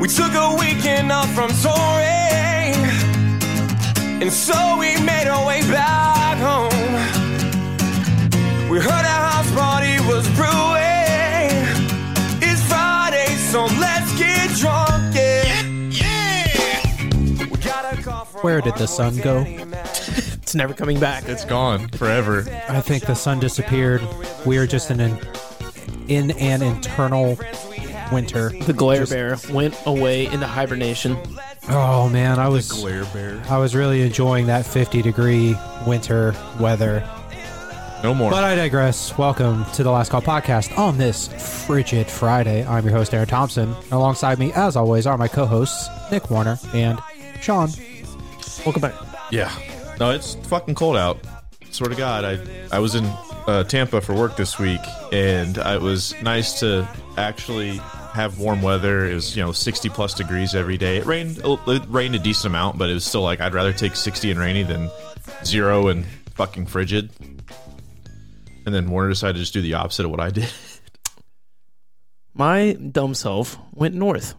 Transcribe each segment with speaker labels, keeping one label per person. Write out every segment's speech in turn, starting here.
Speaker 1: We took a weekend off from touring, and so we made our way back home. We heard a house party was brewing. It's Friday, so let's get drunk. Yeah, We got a call from
Speaker 2: Where did
Speaker 1: our
Speaker 2: the sun
Speaker 1: boy
Speaker 2: go?
Speaker 1: Danny Mac.
Speaker 3: It's never coming back.
Speaker 4: It's gone forever.
Speaker 2: I think the sun disappeared. We are just in an in an internal winter.
Speaker 3: the glare bear went away into hibernation.
Speaker 2: Oh man, I was
Speaker 4: Glare bear.
Speaker 2: I was really enjoying that 50 degree winter weather.
Speaker 4: No more.
Speaker 2: But I digress. Welcome to the Last Call podcast on this frigid Friday. I'm your host Aaron Thompson. Alongside me, as always, are my co-hosts Nick Warner and Sean.
Speaker 3: Welcome back.
Speaker 4: yeah. No, it's fucking cold out. Swear to God, I I was in uh, Tampa for work this week, and I- it was nice to actually have warm weather. It was you know sixty plus degrees every day. It rained oh, it rained a decent amount, but it was still like I'd rather take sixty and rainy than zero and fucking frigid. And then Warner decided to just do the opposite of what I did.
Speaker 3: My dumb self went north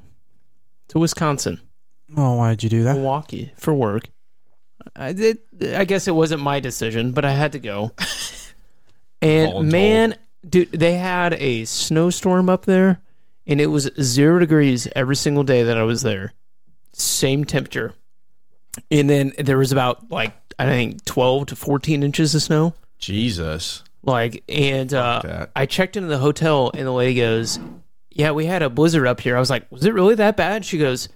Speaker 3: to Wisconsin,
Speaker 2: Oh, why did you do that?
Speaker 3: Milwaukee for work. I did. I guess it wasn't my decision, but I had to go. And
Speaker 4: Voluntold.
Speaker 3: man, dude, they had a snowstorm up there, and it was zero degrees every single day that I was there. Same temperature. And then there was about like I think twelve to fourteen inches of snow.
Speaker 4: Jesus.
Speaker 3: Like, and uh,
Speaker 4: that.
Speaker 3: I checked into the hotel, and the lady goes, "Yeah, we had a blizzard up here." I was like, "Was it really that bad?" She goes,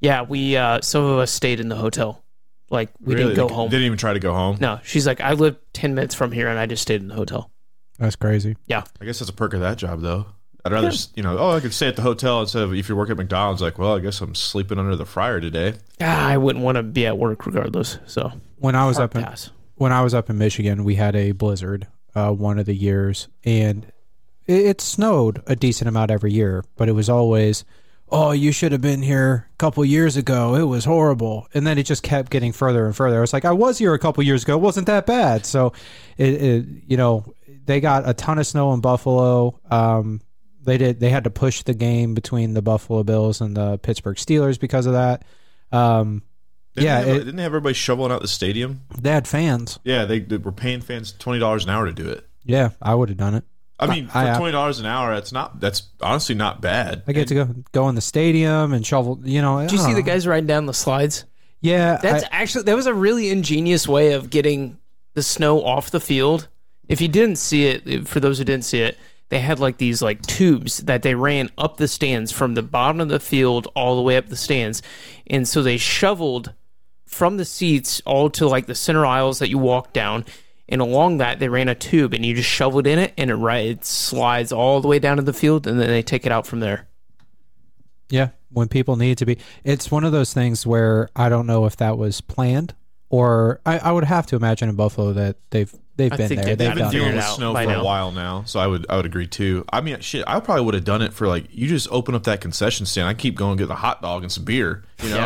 Speaker 3: "Yeah, we uh, some of us stayed in the hotel, like we
Speaker 4: Really?
Speaker 3: didn't go
Speaker 4: They
Speaker 3: home."
Speaker 4: Didn't even try to go home.
Speaker 3: no, she's like, "I lived ten minutes from here, and I just stayed in the hotel."
Speaker 2: That's crazy.
Speaker 3: Yeah,
Speaker 4: I guess that's a perk of that job, though. I'd rather, s you know, oh, I could stay at the hotel instead of if you work at McDonald's, like, well, I guess I'm sleeping under the fryer today.
Speaker 3: ah, I wouldn't want to be at work regardless. So
Speaker 2: When I was up in
Speaker 3: pass.
Speaker 2: when I was up in Michigan, we had a blizzard uh, one of the years, and it, it snowed a decent amount every year, but it was always, oh, you should have been here a couple years ago. It was horrible. And then it just kept getting further and further. I was like, I was here a couple years ago. It wasn't that bad. So, it, it you know, they got a ton of snow in Buffalo. Um, they did. They had to push the game between the Buffalo Bills and the Pittsburgh Steelers because of that. Um,
Speaker 4: Didn't
Speaker 2: Yeah,
Speaker 4: they have-
Speaker 2: it-
Speaker 4: didn't they have everybody shoveling out the stadium?
Speaker 2: they had fans.
Speaker 4: Yeah, they, they were paying fans twenty dollars an hour to do it.
Speaker 2: Yeah, I would have done it.
Speaker 4: I mean,
Speaker 2: I- I-
Speaker 4: for twenty dollars an hour, that's not that's honestly not bad.
Speaker 2: I get to go go in the stadium and shovel. You know, I
Speaker 3: Did you
Speaker 2: don't
Speaker 3: see the
Speaker 2: know.
Speaker 3: guys riding down the slides?
Speaker 2: Yeah,
Speaker 3: That's
Speaker 2: I-
Speaker 3: actually that was a really ingenious way of getting the snow off the field. If you didn't see it, for those who didn't see it, they had like these like tubes that they ran up the stands from the bottom of the field all the way up the stands, and so they shoveled from the seats all to like the center aisles that you walk down. And along that, they ran a tube, and you just shoveled in it, and it, ri- it slides all the way down to the field, and then they take it out from there.
Speaker 2: yeah. When people need to be, it's one of those things where I don't know if that was planned or I, I would have to imagine in Buffalo that they've they've
Speaker 3: I
Speaker 2: been
Speaker 3: think
Speaker 2: there.
Speaker 3: they've
Speaker 2: They've
Speaker 3: got
Speaker 4: I've
Speaker 2: done
Speaker 4: been dealing
Speaker 3: it
Speaker 4: with
Speaker 3: out
Speaker 4: snow for
Speaker 3: by
Speaker 4: a
Speaker 3: now.
Speaker 4: while now, so I would I would agree too. I mean, shit, I probably would have done it for like you just open up that concession stand. I keep going to get the hot dog and some beer. You know,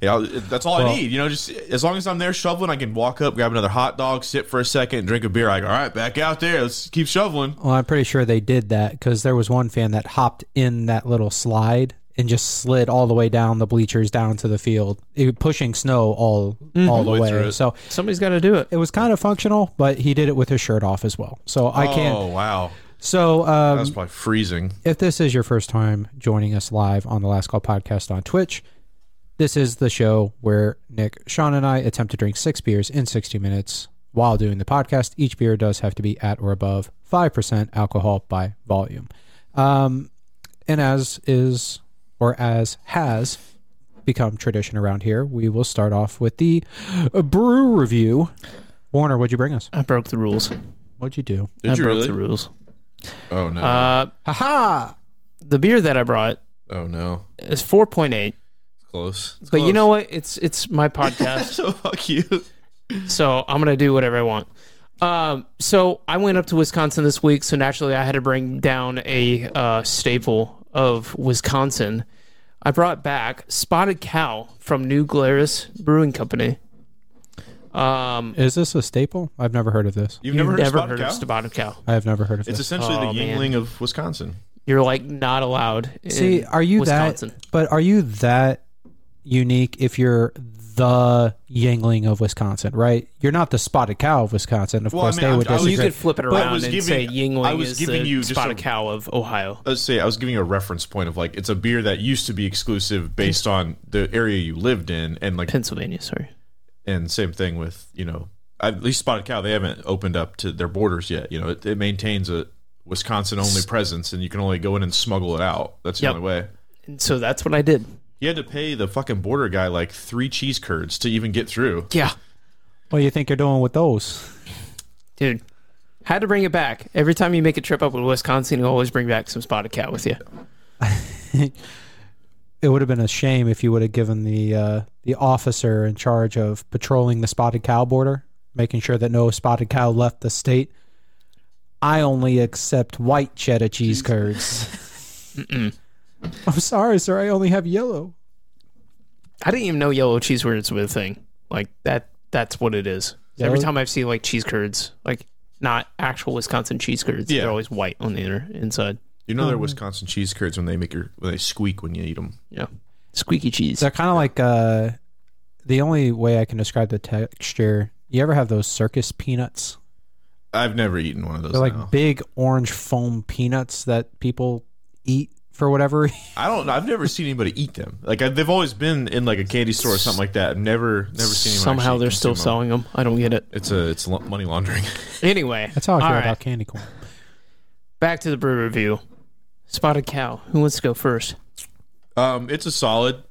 Speaker 3: Yeah.
Speaker 4: yeah. that's all I need. You know, just as long as I'm there shoveling, I can walk up, grab another hot dog, sit for a second, drink a beer. Like, all right, back out there, let's keep shoveling.
Speaker 2: Well, I'm pretty sure they did that because there was one fan that hopped in that little slide and just slid all the way down the bleachers down to the field, it- pushing snow all all the
Speaker 4: way
Speaker 2: way.
Speaker 4: through it.
Speaker 2: So
Speaker 3: Somebody's got to do it.
Speaker 2: it was kind of functional, but he did it with his shirt off as well. So I
Speaker 4: Oh
Speaker 2: can't.
Speaker 4: wow,
Speaker 2: So um,
Speaker 4: that was probably freezing.
Speaker 2: If this is your first time joining us live on the Last Call podcast on Twitch, this is the show where Nick, Sean, and I attempt to drink six beers in 60 minutes while doing the podcast. Each beer does have to be at or above 5% alcohol by volume. Um, and as is, or as has become tradition around here, we will start off with the brew review. Warner, what'd you bring us?
Speaker 3: I broke the rules.
Speaker 2: What'd you do?
Speaker 4: Did
Speaker 3: I
Speaker 4: you
Speaker 3: broke
Speaker 4: really?
Speaker 3: the rules.
Speaker 4: Oh no,
Speaker 3: Uh,
Speaker 2: Haha!
Speaker 3: the beer that I brought
Speaker 4: oh no,
Speaker 3: is 4.8,
Speaker 4: close. It's
Speaker 3: but you
Speaker 4: close.
Speaker 3: know what? It's it's my podcast,
Speaker 4: so fuck you.
Speaker 3: so I'm gonna do whatever I want. Um, so I went up to Wisconsin this week, so naturally I had to bring down a uh, staple of Wisconsin. I brought back Spotted Cow from New Glarus Brewing Company. Um,
Speaker 2: Is this a staple? I've never heard of this.
Speaker 4: You've
Speaker 3: you've
Speaker 4: never heard,
Speaker 3: never
Speaker 4: of,
Speaker 3: heard
Speaker 4: Spotted Cow?
Speaker 3: of Spotted Cow?
Speaker 2: I have never heard of
Speaker 4: It's
Speaker 2: this.
Speaker 4: essentially
Speaker 3: Oh,
Speaker 4: the
Speaker 3: man.
Speaker 4: Yingling of Wisconsin.
Speaker 3: You're like not allowed. in
Speaker 2: See, are you
Speaker 3: Wisconsin.
Speaker 2: that? But are you that unique if you're the Yangling of Wisconsin, right? You're not the spotted cow of Wisconsin. Of
Speaker 4: Well, I
Speaker 2: course,
Speaker 4: mean,
Speaker 2: they would
Speaker 4: I was-
Speaker 3: Well, Oh, you
Speaker 2: disagree.
Speaker 3: could flip it
Speaker 4: But I
Speaker 3: around
Speaker 4: was
Speaker 3: and
Speaker 4: giving-
Speaker 3: say Yingling
Speaker 4: I was
Speaker 3: is
Speaker 4: giving
Speaker 3: the
Speaker 4: you just
Speaker 3: spotted
Speaker 4: a-
Speaker 3: cow of Ohio.
Speaker 4: Let's say I was giving you a reference point of like it's a beer that used to be exclusive based on the area you lived in, and like
Speaker 3: Pennsylvania, sorry.
Speaker 4: and same thing with you know at least Spotted Cow they haven't opened up to their borders yet. You know it, it maintains a Wisconsin only presence, and you can only go in and smuggle it out. That's the
Speaker 3: Yep.
Speaker 4: only way.
Speaker 3: And so that's what I did.
Speaker 4: You had to pay the fucking border guy like three cheese curds to even get through.
Speaker 3: Yeah.
Speaker 2: what do you think you're doing with those?
Speaker 3: Dude. Had to bring it back. Every time you make a trip up with Wisconsin, you always bring back some spotted cow with you.
Speaker 2: It would have been a shame if you would have given the uh, the officer in charge of patrolling the spotted cow border, making sure that no spotted cow left the state. I only accept white cheddar cheese curds. I'm sorry, sir. I only have yellow.
Speaker 3: I didn't even know yellow cheese curds were a thing. Like that that's what it is. Every
Speaker 2: Yellow-
Speaker 3: time I've seen like cheese curds, like not actual Wisconsin cheese curds,
Speaker 4: Yeah.
Speaker 3: they're always white on the inner inside.
Speaker 4: You know they're
Speaker 2: Mm-hmm.
Speaker 4: Wisconsin cheese curds when they make your when they squeak when you eat them.
Speaker 3: Yeah. Squeaky cheese.
Speaker 2: They're kind of like uh, the only way I can describe the texture. You ever have those circus peanuts?
Speaker 4: I've never eaten one of those.
Speaker 2: They're like
Speaker 4: now.
Speaker 2: big orange foam peanuts that people eat for whatever.
Speaker 4: I don't. I've never seen anybody eat them. Like I, they've always been in like a candy store or something like that. I've never never seen anyone.
Speaker 3: Somehow
Speaker 4: actually
Speaker 3: they're still
Speaker 4: consume
Speaker 3: selling them. I don't get it.
Speaker 4: them. It's a it's la- money laundering.
Speaker 3: Anyway,
Speaker 2: That's how I feel
Speaker 3: all right,
Speaker 2: about candy corn.
Speaker 3: back to the brew review. Spotted cow. Who wants to go first?
Speaker 4: Um, it's a solid.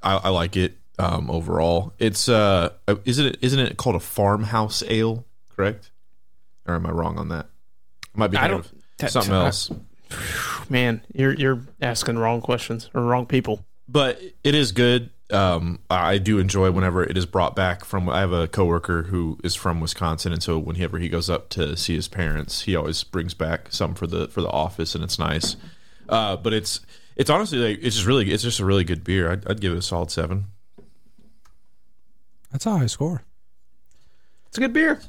Speaker 4: I, I like it. Um, overall, it's uh, isn't it isn't it called a farmhouse ale? Correct? Or am I wrong on that? Might be
Speaker 3: I
Speaker 4: kind
Speaker 3: don't-
Speaker 4: of
Speaker 3: that-
Speaker 4: something
Speaker 3: I-
Speaker 4: else.
Speaker 3: Man, you're you're asking wrong questions or wrong people.
Speaker 4: but it is good. Um, I do enjoy whenever it is brought back from. I have a coworker who is from Wisconsin, and so whenever he goes up to see his parents, he always brings back some for the for the office, and it's nice. Uh, but it's it's honestly like it's just really it's just a really good beer. I'd, I'd give it a solid seven.
Speaker 2: That's how I score.
Speaker 3: It's a good beer.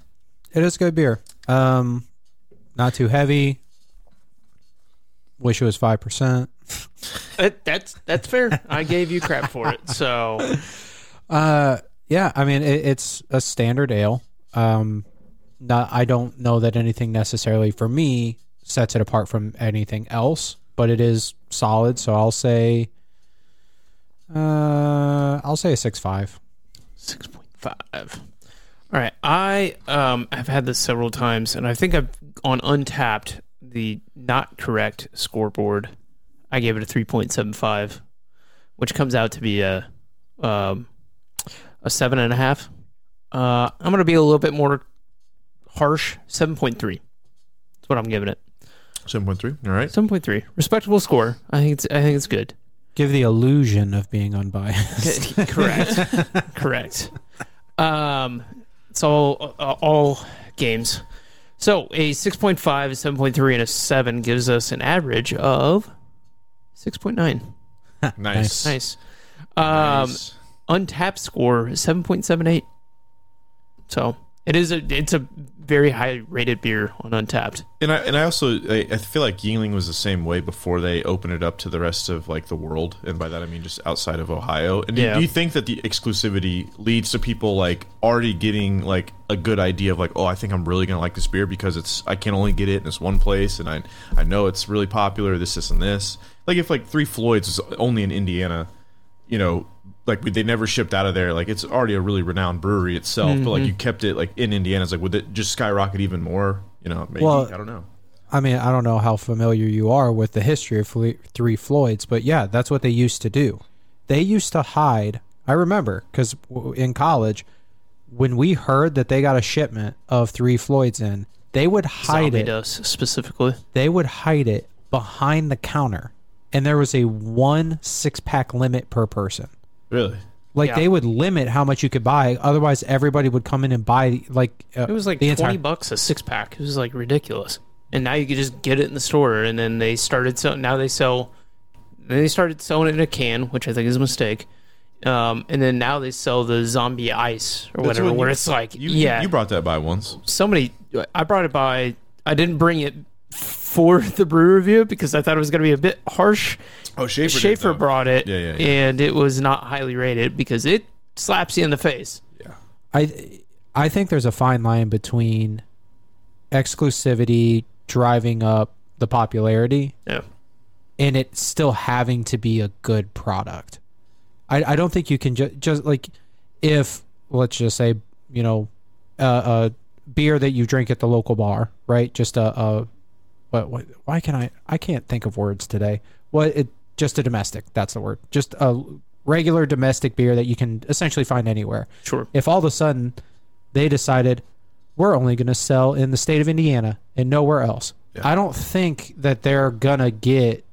Speaker 2: It is good beer. Um, not too heavy. Wish it was five percent.
Speaker 3: that's that's fair. I gave you crap for it. So
Speaker 2: Uh, yeah. I mean, it, it's a standard ale. Um, not. I don't know that anything necessarily for me sets it apart from anything else, but it is solid. So I'll say. Uh, I'll say a six five.
Speaker 3: six point five. All right, I um have had this several times, and I think I've on Untapped the not correct scoreboard. I gave it a three point seven five, which comes out to be a um a seven and a half. Uh, I'm gonna be a little bit more harsh. Seven point three. That's what I'm giving it.
Speaker 4: Seven point three. All right.
Speaker 3: Seven point three. Respectable score. I think it's. I think it's good.
Speaker 2: Give the illusion of being unbiased.
Speaker 3: Correct. Correct. Um, it's all uh, all games. So a 6.5, a 7.3, and a 7 gives us an average of 6.9.
Speaker 4: Nice.
Speaker 3: Nice. Um, untapped score is 7.78. So it is a it's a very high rated beer on Untapped.
Speaker 4: And I and I also I, I feel like Yingling was the same way before they opened it up to the rest of like the world, and by that I mean just outside of Ohio. And do-
Speaker 3: Yeah.
Speaker 4: do you think that the exclusivity leads to people like already getting like a good idea of like, oh, I think I'm really gonna like this beer because it's I can only get it in this one place, and I I know it's really popular. This, this, and this. Like if like Three Floyds is only in Indiana, you know. Like we- they never shipped out of there. Like it's already a really renowned brewery itself, but like you kept it like in Indiana. It's like would it just skyrocket even more? You know, maybe
Speaker 2: Well,
Speaker 4: I don't know.
Speaker 2: I mean, I don't know how familiar you are with the history of Fle- Three Floyds, but yeah, that's what they used to do. They used to hide. I remember because w- in college, when we heard that they got a shipment of Three Floyds in, they would hide
Speaker 3: Zombie
Speaker 2: it.
Speaker 3: Dose specifically.
Speaker 2: They would hide it behind the counter, and there was a one six pack limit per person.
Speaker 4: Really?
Speaker 2: Like
Speaker 3: Yeah.
Speaker 2: they would limit how much you could buy, otherwise everybody would come in and buy like uh,
Speaker 3: It was like
Speaker 2: the
Speaker 3: twenty
Speaker 2: entire
Speaker 3: bucks a six pack. It was like ridiculous. And now you could just get it in the store. And then they started so now they sell. They started selling it in a can, which I think is a mistake. Um, and then now they sell the zombie ice or whatever,
Speaker 4: what
Speaker 3: where
Speaker 4: you-
Speaker 3: it's like
Speaker 4: You,
Speaker 3: yeah,
Speaker 4: You brought that by once.
Speaker 3: somebody. I brought it by. I didn't bring it for the brew review because I thought it was going to be a bit harsh.
Speaker 4: Oh, Schaefer. did,
Speaker 3: Schaefer
Speaker 4: though.
Speaker 3: brought it,
Speaker 4: Yeah, yeah, yeah.
Speaker 3: and it was not highly rated because it slaps you in the face.
Speaker 2: I I think there's a fine line between exclusivity driving up the popularity
Speaker 3: Yeah.
Speaker 2: and it still having to be a good product. I, I don't think you can ju- just like if let's just say you know uh, a beer that you drink at the local bar, right? Just a, a what, what? Why can I? I can't think of words today. What? It just a domestic. That's the word. Just a regular domestic beer that you can essentially find anywhere.
Speaker 3: Sure.
Speaker 2: If all of a sudden they decided we're only going to sell in the state of Indiana and nowhere else, I don't think that they're gonna get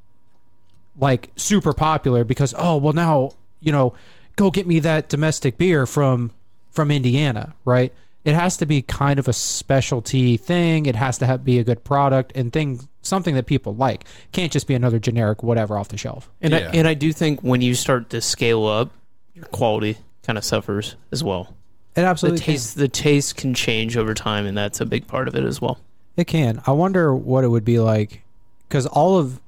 Speaker 2: like super popular because oh well now you know go get me that domestic beer from from Indiana right it has to be kind of a specialty thing it has to have, be a good product and thing something that people like can't just be another generic whatever off the shelf
Speaker 3: And
Speaker 4: Yeah.
Speaker 3: I, and I do think when you start to scale up, your quality kind of suffers as well.
Speaker 2: it
Speaker 3: The
Speaker 2: absolutely
Speaker 3: taste the taste can change over time, and that's a big part of it as well.
Speaker 2: It can. I wonder what it would be like because all of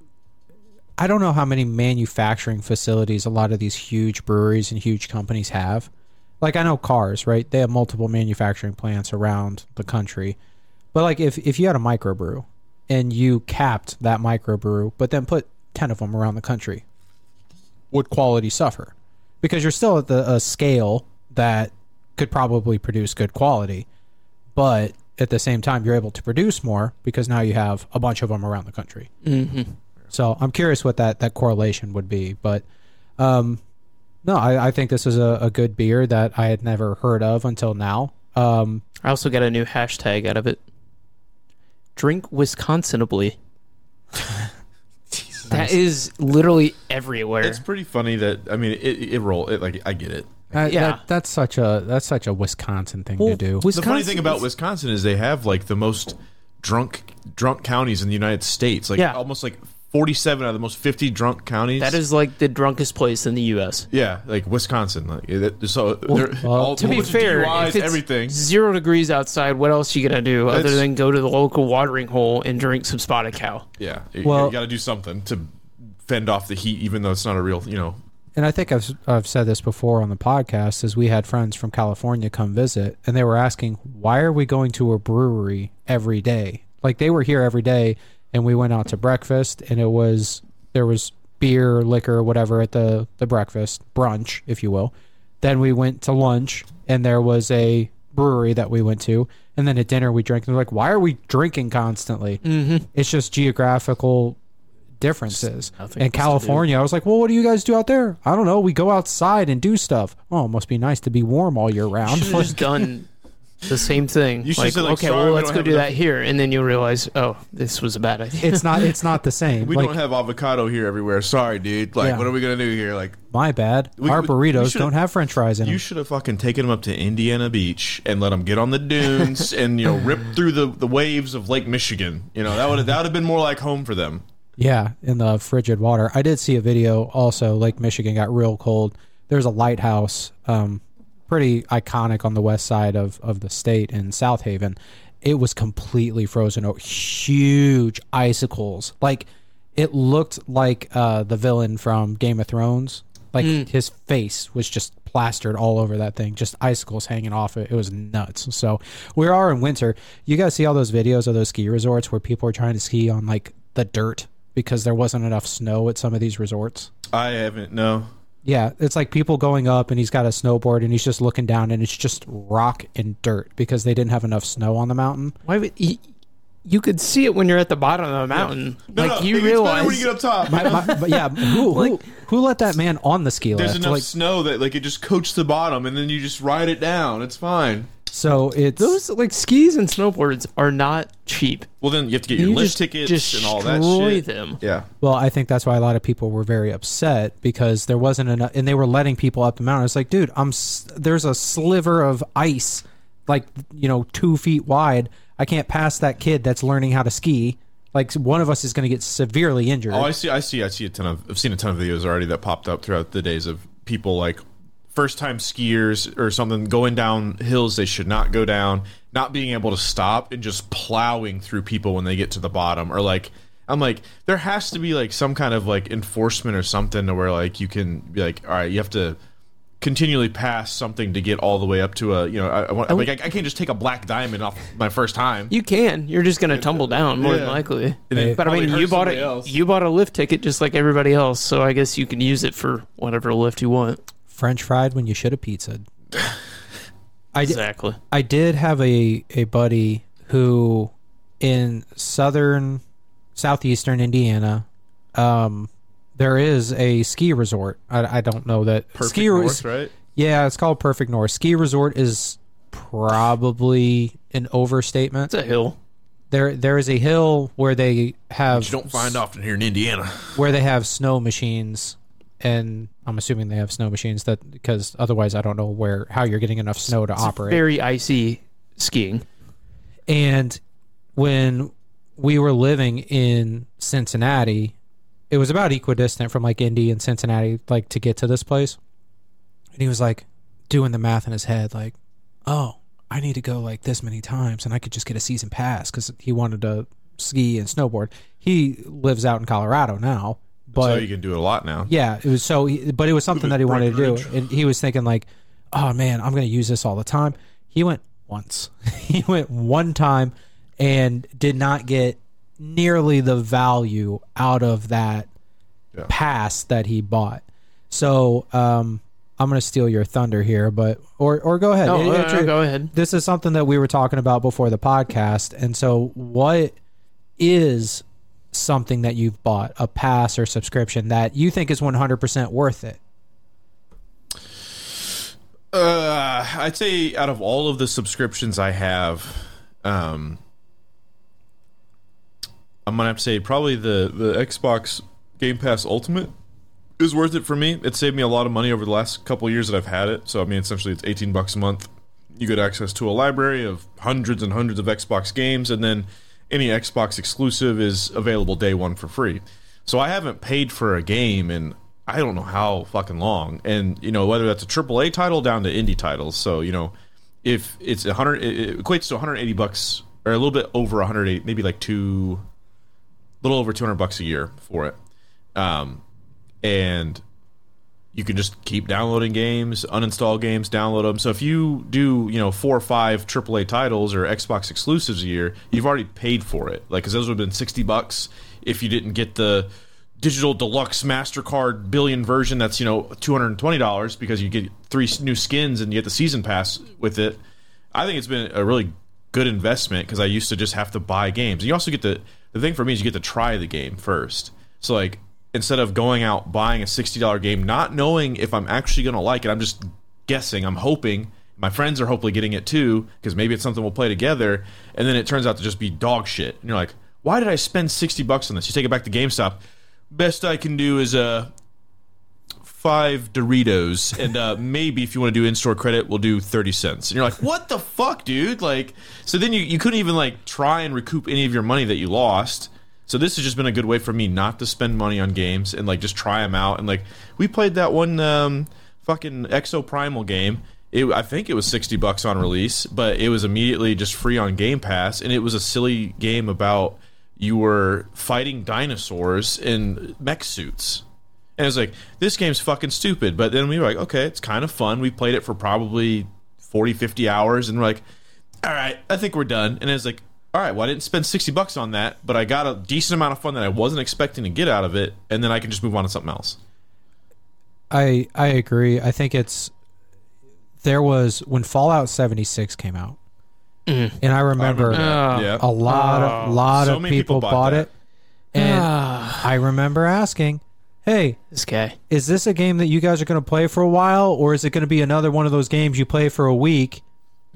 Speaker 2: I don't know how many manufacturing facilities a lot of these huge breweries and huge companies have. Like I know cars, right? They have multiple manufacturing plants around the country. But like if if you had a microbrew and you capped that microbrew, but then put 10 of them around the country, would quality suffer? Because you're still at the a scale that could probably produce good quality but at the same time you're able to produce more because now you have a bunch of them around the country mm-hmm. so i'm curious what that that correlation would be but um no i, I think this is a, a good beer that i had never heard of until now um
Speaker 3: I also got a new hashtag out of it. Drink Wisconsinably. that is literally everywhere.
Speaker 4: It's pretty funny that I mean it. It roll. It like I get it.
Speaker 2: that-
Speaker 3: Yeah.
Speaker 2: that- that's such a that's such a wisconsin thing to do
Speaker 4: The funny thing about Wisconsin is they have like the most drunk drunk counties in the United States. Like
Speaker 3: Yeah.
Speaker 4: almost like forty-seven out of the most fifty drunk counties.
Speaker 3: that is like the drunkest place in the U.S.
Speaker 4: yeah, like Wisconsin. Like it- so, they're- all,
Speaker 3: To be
Speaker 4: bunch of
Speaker 3: fair,
Speaker 4: DUIs,
Speaker 3: if it's
Speaker 4: everything.
Speaker 3: zero degrees outside, what else you gonna do other
Speaker 4: It's-
Speaker 3: than go to the local watering hole and drink some spotted cow?
Speaker 4: Yeah, you-
Speaker 2: Well-
Speaker 4: you got to do something to fend off the heat, even though it's not a real. You know,
Speaker 2: and I think I've I've said this before on the podcast is we had friends from California come visit and they were asking why are we going to a brewery every day? Like they were here every day and we went out to breakfast and it was there was beer, liquor, whatever at the the breakfast brunch, if you will. Then we went to lunch and there was a brewery that we went to and then at dinner we drank and they're like why are we drinking constantly? Mm-hmm. It's just geographical differences.
Speaker 3: nothing
Speaker 2: In
Speaker 3: else to do.
Speaker 2: California, I was like, well, what do you guys do out there? I don't know. We go outside and do stuff. Oh, it must be nice to be warm all year round.
Speaker 3: Should have just done the same thing.
Speaker 4: You should've
Speaker 3: like,
Speaker 4: said, like,
Speaker 3: okay,
Speaker 4: sorry,
Speaker 3: well,
Speaker 4: we
Speaker 3: let's
Speaker 4: don't
Speaker 3: go
Speaker 4: have
Speaker 3: do
Speaker 4: enough-
Speaker 3: that here, and then you realize, oh, this was a bad idea.
Speaker 2: it's not. It's not the same.
Speaker 4: we
Speaker 2: like
Speaker 4: don't have avocado here everywhere. Sorry, dude. Like,
Speaker 2: Yeah.
Speaker 4: what are we gonna do here? Like,
Speaker 2: my bad.
Speaker 4: We-
Speaker 2: Our
Speaker 4: we- we
Speaker 2: burritos
Speaker 4: should've-
Speaker 2: don't have French fries in
Speaker 4: You
Speaker 2: them.
Speaker 4: should have fucking taken them up to Indiana Beach and let them get on the dunes and you know rip through the, the waves of Lake Michigan. You know that would that would have been more like home for them.
Speaker 2: yeah, in the frigid water. I did see a video. Also, Lake Michigan got real cold. There's a lighthouse, um, pretty iconic on the west side of of the state in South Haven. It was completely frozen. Oh, huge icicles. Like it looked like uh, the villain from Game of Thrones. Like
Speaker 4: Hmm.
Speaker 2: his face was just plastered all over that thing, just icicles hanging off it. It was nuts. So we are in winter. You guys see all those videos of those ski resorts where people are trying to ski on like the dirt because there wasn't enough snow at some of these resorts.
Speaker 4: I haven't no.
Speaker 2: Yeah, it's like people going up and he's got a snowboard and he's just looking down and it's just rock and dirt because they didn't have enough snow on the mountain.
Speaker 3: Why would you, you could see it when you're at the bottom of the mountain.
Speaker 4: No,
Speaker 3: like
Speaker 4: no,
Speaker 3: you
Speaker 4: it's better when you
Speaker 3: realize
Speaker 4: get up top.
Speaker 2: My- my- but yeah, who, who, who let that man on the ski
Speaker 4: There's
Speaker 2: lift?
Speaker 4: enough
Speaker 2: Like,
Speaker 4: snow that like it just coats the bottom and then you just ride it down. It's fine.
Speaker 2: so it's
Speaker 3: those like skis and snowboards are not cheap.
Speaker 4: Well, then you have to get
Speaker 3: You
Speaker 4: your lift
Speaker 3: just
Speaker 4: tickets
Speaker 3: destroy
Speaker 4: and all that shit.
Speaker 3: them.
Speaker 4: Yeah.
Speaker 2: Well, I think that's why a lot of people were very upset because there wasn't enough, and they were letting people up the mountain. It's like, dude, I'm s- there's a sliver of ice, like you know, two feet wide. I can't pass that kid that's learning how to ski. Like one of us is going to get severely injured.
Speaker 4: Oh, I see. I see. I see a ton of. I've seen a ton of videos already that popped up throughout the days of people like. fr- first time skiers or something going down hills they should not go down, not being able to stop and just plowing through people when they get to the bottom or like I'm like there has to be like some kind of like enforcement or something to where like you can be like all right, you have to continually pass something to get all the way up to a you know I, I want, like I, I can't just take a black diamond off my first time.
Speaker 3: You can. You're just gonna tumble down more than
Speaker 4: Yeah.
Speaker 3: likely.
Speaker 4: it
Speaker 3: But I
Speaker 4: probably
Speaker 3: mean,
Speaker 4: hurts
Speaker 3: you bought
Speaker 4: somebody
Speaker 3: a
Speaker 4: else.
Speaker 3: you bought a lift ticket just like everybody else, so I guess you can use it for whatever lift you want.
Speaker 2: French fried when you should have pizzaed. I, d-
Speaker 3: Exactly.
Speaker 2: I did have a, a buddy who in southern southeastern Indiana, um, there is a ski resort. I, I don't know that
Speaker 4: Perfect
Speaker 2: ski res-
Speaker 4: north, right?
Speaker 2: Yeah, it's called Perfect North. Ski resort is probably an overstatement.
Speaker 3: It's a hill.
Speaker 2: There there is a hill where they have
Speaker 4: You don't find often here in Indiana.
Speaker 2: where they have snow machines and I'm assuming they have snow machines that because otherwise I don't know where how you're getting enough snow to operate.
Speaker 3: Very icy skiing.
Speaker 2: And when we were living in Cincinnati, it was about equidistant from like Indy and Cincinnati, like to get to this place. And he was like doing the math in his head, like, oh, I need to go like this many times and I could just get a season pass because he wanted to ski and snowboard. He lives out in Colorado now, but
Speaker 4: so you can do it a lot now.
Speaker 2: yeah, it was so, but it was something that he wanted to do, and he was thinking like, "Oh man, I'm going to use this all the time." He went once. he went one time, and did not get nearly the value out of that
Speaker 4: Yeah.
Speaker 2: pass that he bought. So um, I'm going to steal your thunder here, but or or go ahead.
Speaker 3: Oh,
Speaker 2: It-
Speaker 3: no,
Speaker 2: it's
Speaker 3: no,
Speaker 2: your-
Speaker 3: go ahead.
Speaker 2: this is something that we were talking about before the podcast. And so, what is something that you've bought, a pass or subscription that you think is 100% worth it?
Speaker 4: Uh, I'd say out of all of the subscriptions I have, um, I'm gonna have to say probably the the Xbox Game Pass Ultimate is worth it for me. It saved me a lot of money over the last couple of years that I've had it. So I mean, essentially, it's 18 bucks a month. You get access to a library of hundreds and hundreds of Xbox games, and then any Xbox exclusive is available day one for free. So I haven't paid for a game in I don't know how fucking long, and you know whether that's a AAA title down to indie titles. So you know if it's 100, it it equates to 180 bucks or a little bit over 180, maybe like two, little over 200 bucks a year for it. Um, and you can just keep downloading games, uninstall games, download them. So if you do, you know, four or five AAA titles or Xbox exclusives a year, you've already paid for it. Like, because those would have been sixty bucks if you didn't get the digital deluxe Mastercard billion version. That's you know two hundred and twenty dollars because you get three s- new skins and you get the season pass with it. I think it's been a really good investment because I used to just have to buy games. You also get the the thing for me is you get to try the game first. So like instead of going out buying a sixty dollar game, not knowing if I'm actually gonna like it, I'm just guessing. I'm hoping my friends are hopefully getting it too because maybe it's something we'll play together. And then it turns out to just be dog shit. And you're like, why did I spend sixty bucks on this? You take it back to GameStop. Best I can do is uh five Doritos, and uh, maybe if you want to do in-store credit, we'll do thirty cents. And you're like, what the fuck, dude? Like, so then you you couldn't even like try and recoup any of your money that you lost. So this has just been a good way for me not to spend money on games and like just try them out. And like we played that one um, fucking Exo Primal game. It, I think it was sixty bucks on release, but it was immediately just free on Game Pass, and it was a silly game about you were fighting dinosaurs in mech suits. And it was like, this game's fucking stupid. But then we were like, okay, it's kind of fun. We played it for probably 40, 50 hours. And we're like, all right, I think we're done. And it's like, all right, well, I didn't spend 60 bucks on that, but I got a decent amount of fun that I wasn't expecting to get out of it. And then I can just move on to something else.
Speaker 2: I I agree. I think it's there was when Fallout 76 came out. And I
Speaker 3: Uh,
Speaker 2: remember
Speaker 4: that. yeah.
Speaker 2: a lot of lot
Speaker 4: So
Speaker 2: of
Speaker 4: many
Speaker 2: people,
Speaker 4: people
Speaker 2: bought,
Speaker 4: bought that.
Speaker 2: it. And I remember asking, "Hey,
Speaker 3: This guy.
Speaker 2: is this a game that you guys are going to play for a while or is it going to be another one of those games you play for a week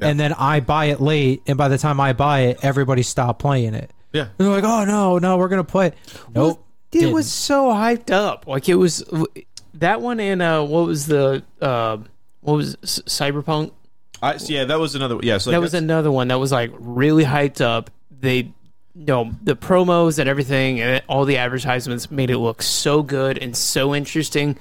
Speaker 2: and then I buy it late and by the time I buy it everybody stopped playing it.
Speaker 4: Yeah.
Speaker 2: They're like, "Oh no, no, we're going to play it." Nope.
Speaker 3: It
Speaker 2: didn't.
Speaker 3: was so hyped up. Like it was that one and uh, what was the uh, what was C- Cyberpunk?
Speaker 4: I, so yeah, that was another. Yeah, so like
Speaker 3: that was
Speaker 4: that's-
Speaker 3: another one that was like really hyped up. They, you know, the promos and everything and all the advertisements made it look so good and so interesting,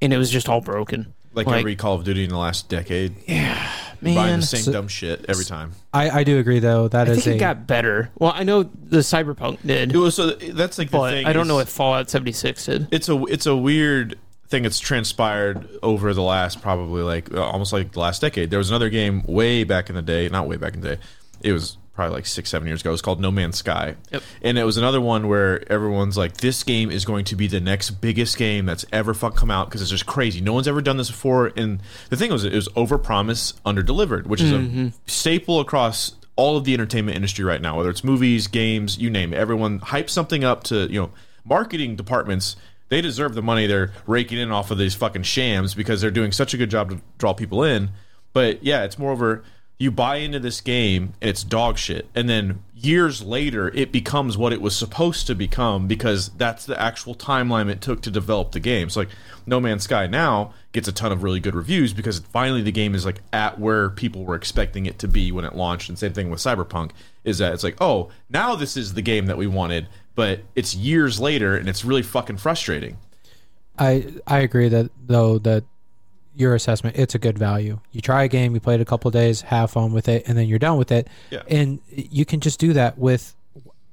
Speaker 3: and it was just all broken.
Speaker 4: like,
Speaker 3: Like-
Speaker 4: every Call of Duty in the last decade. Buying
Speaker 3: Man,
Speaker 4: the same dumb shit every time.
Speaker 2: I, I do agree though. That
Speaker 3: I
Speaker 2: is
Speaker 3: think it
Speaker 2: a
Speaker 3: got better. Well, I know the Cyberpunk did,
Speaker 4: It was so that's like the
Speaker 3: but
Speaker 4: thing.
Speaker 3: I don't
Speaker 4: is-
Speaker 3: know if Fallout 76 did.
Speaker 4: it's a it's a weird thing that's transpired over the last probably like uh, almost like the last decade. There was another game way back in the day, not way back in the day. It was probably like six seven years ago. It was called No Man's Sky,
Speaker 3: Yep.
Speaker 4: and it was another one where everyone's like, "This game is going to be the next biggest game that's ever fuck come out because it's just crazy. No one's ever done this before." And the thing was, it was overpromise, underdelivered, which is a staple across all of the entertainment industry right now, whether it's movies, games, you name it. Everyone hypes something up to, you know, marketing departments, they deserve the money they're raking in off of these fucking shams because they're doing such a good job to draw people in. But yeah, it's moreover you buy into this game and it's dog shit. And then years later it becomes what it was supposed to become because that's the actual timeline it took to develop the game. So like No Man's Sky now gets a ton of really good reviews because finally the game is like at where people were expecting it to be when it launched. And same thing with Cyberpunk is that it's like, oh, now this is the game that we wanted, but it's years later and it's really fucking frustrating.
Speaker 2: I I agree that though that your assessment it's a good value. You try a game, you play it a couple days, have fun with it, and then you're done with it.
Speaker 4: Yeah.
Speaker 2: And you can just do that with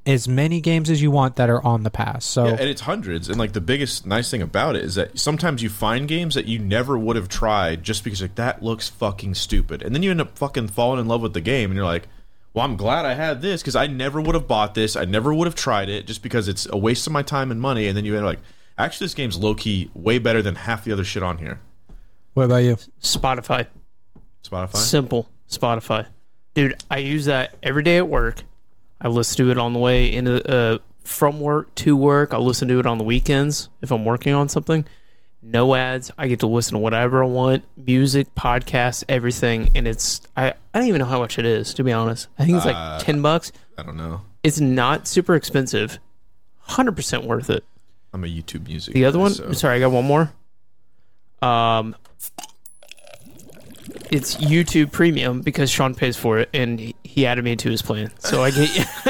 Speaker 2: as many games as you want that are on the pass. So
Speaker 4: Yeah, and it's hundreds. And like the biggest nice thing about it is that sometimes you find games that you never would have tried just because like that looks fucking stupid, and then you end up fucking falling in love with the game, and you're like, well, I'm glad I had this because I never would have bought this, I never would have tried it just because it's a waste of my time and money, and then you end up like, actually, this game's low key way better than half the other shit on here.
Speaker 2: what about you?
Speaker 3: Spotify.
Speaker 4: Spotify.
Speaker 3: Simple. Spotify. Dude, I use that every day at work. I listen to it on the way into uh, from work to work. I listen to it on the weekends if I'm working on something. No ads. I get to listen to whatever I want. Music, podcasts, everything. And it's I, I don't even know how much it is, to be honest. I think it's like
Speaker 4: Uh,
Speaker 3: ten bucks.
Speaker 4: I don't know.
Speaker 3: It's not super expensive. Hundred percent worth it.
Speaker 4: I'm a YouTube music.
Speaker 3: The other
Speaker 4: guy,
Speaker 3: one,
Speaker 4: so-
Speaker 3: sorry, I got one more. Um, it's YouTube Premium because Sean pays for it, and he- he added me to his plan, so I get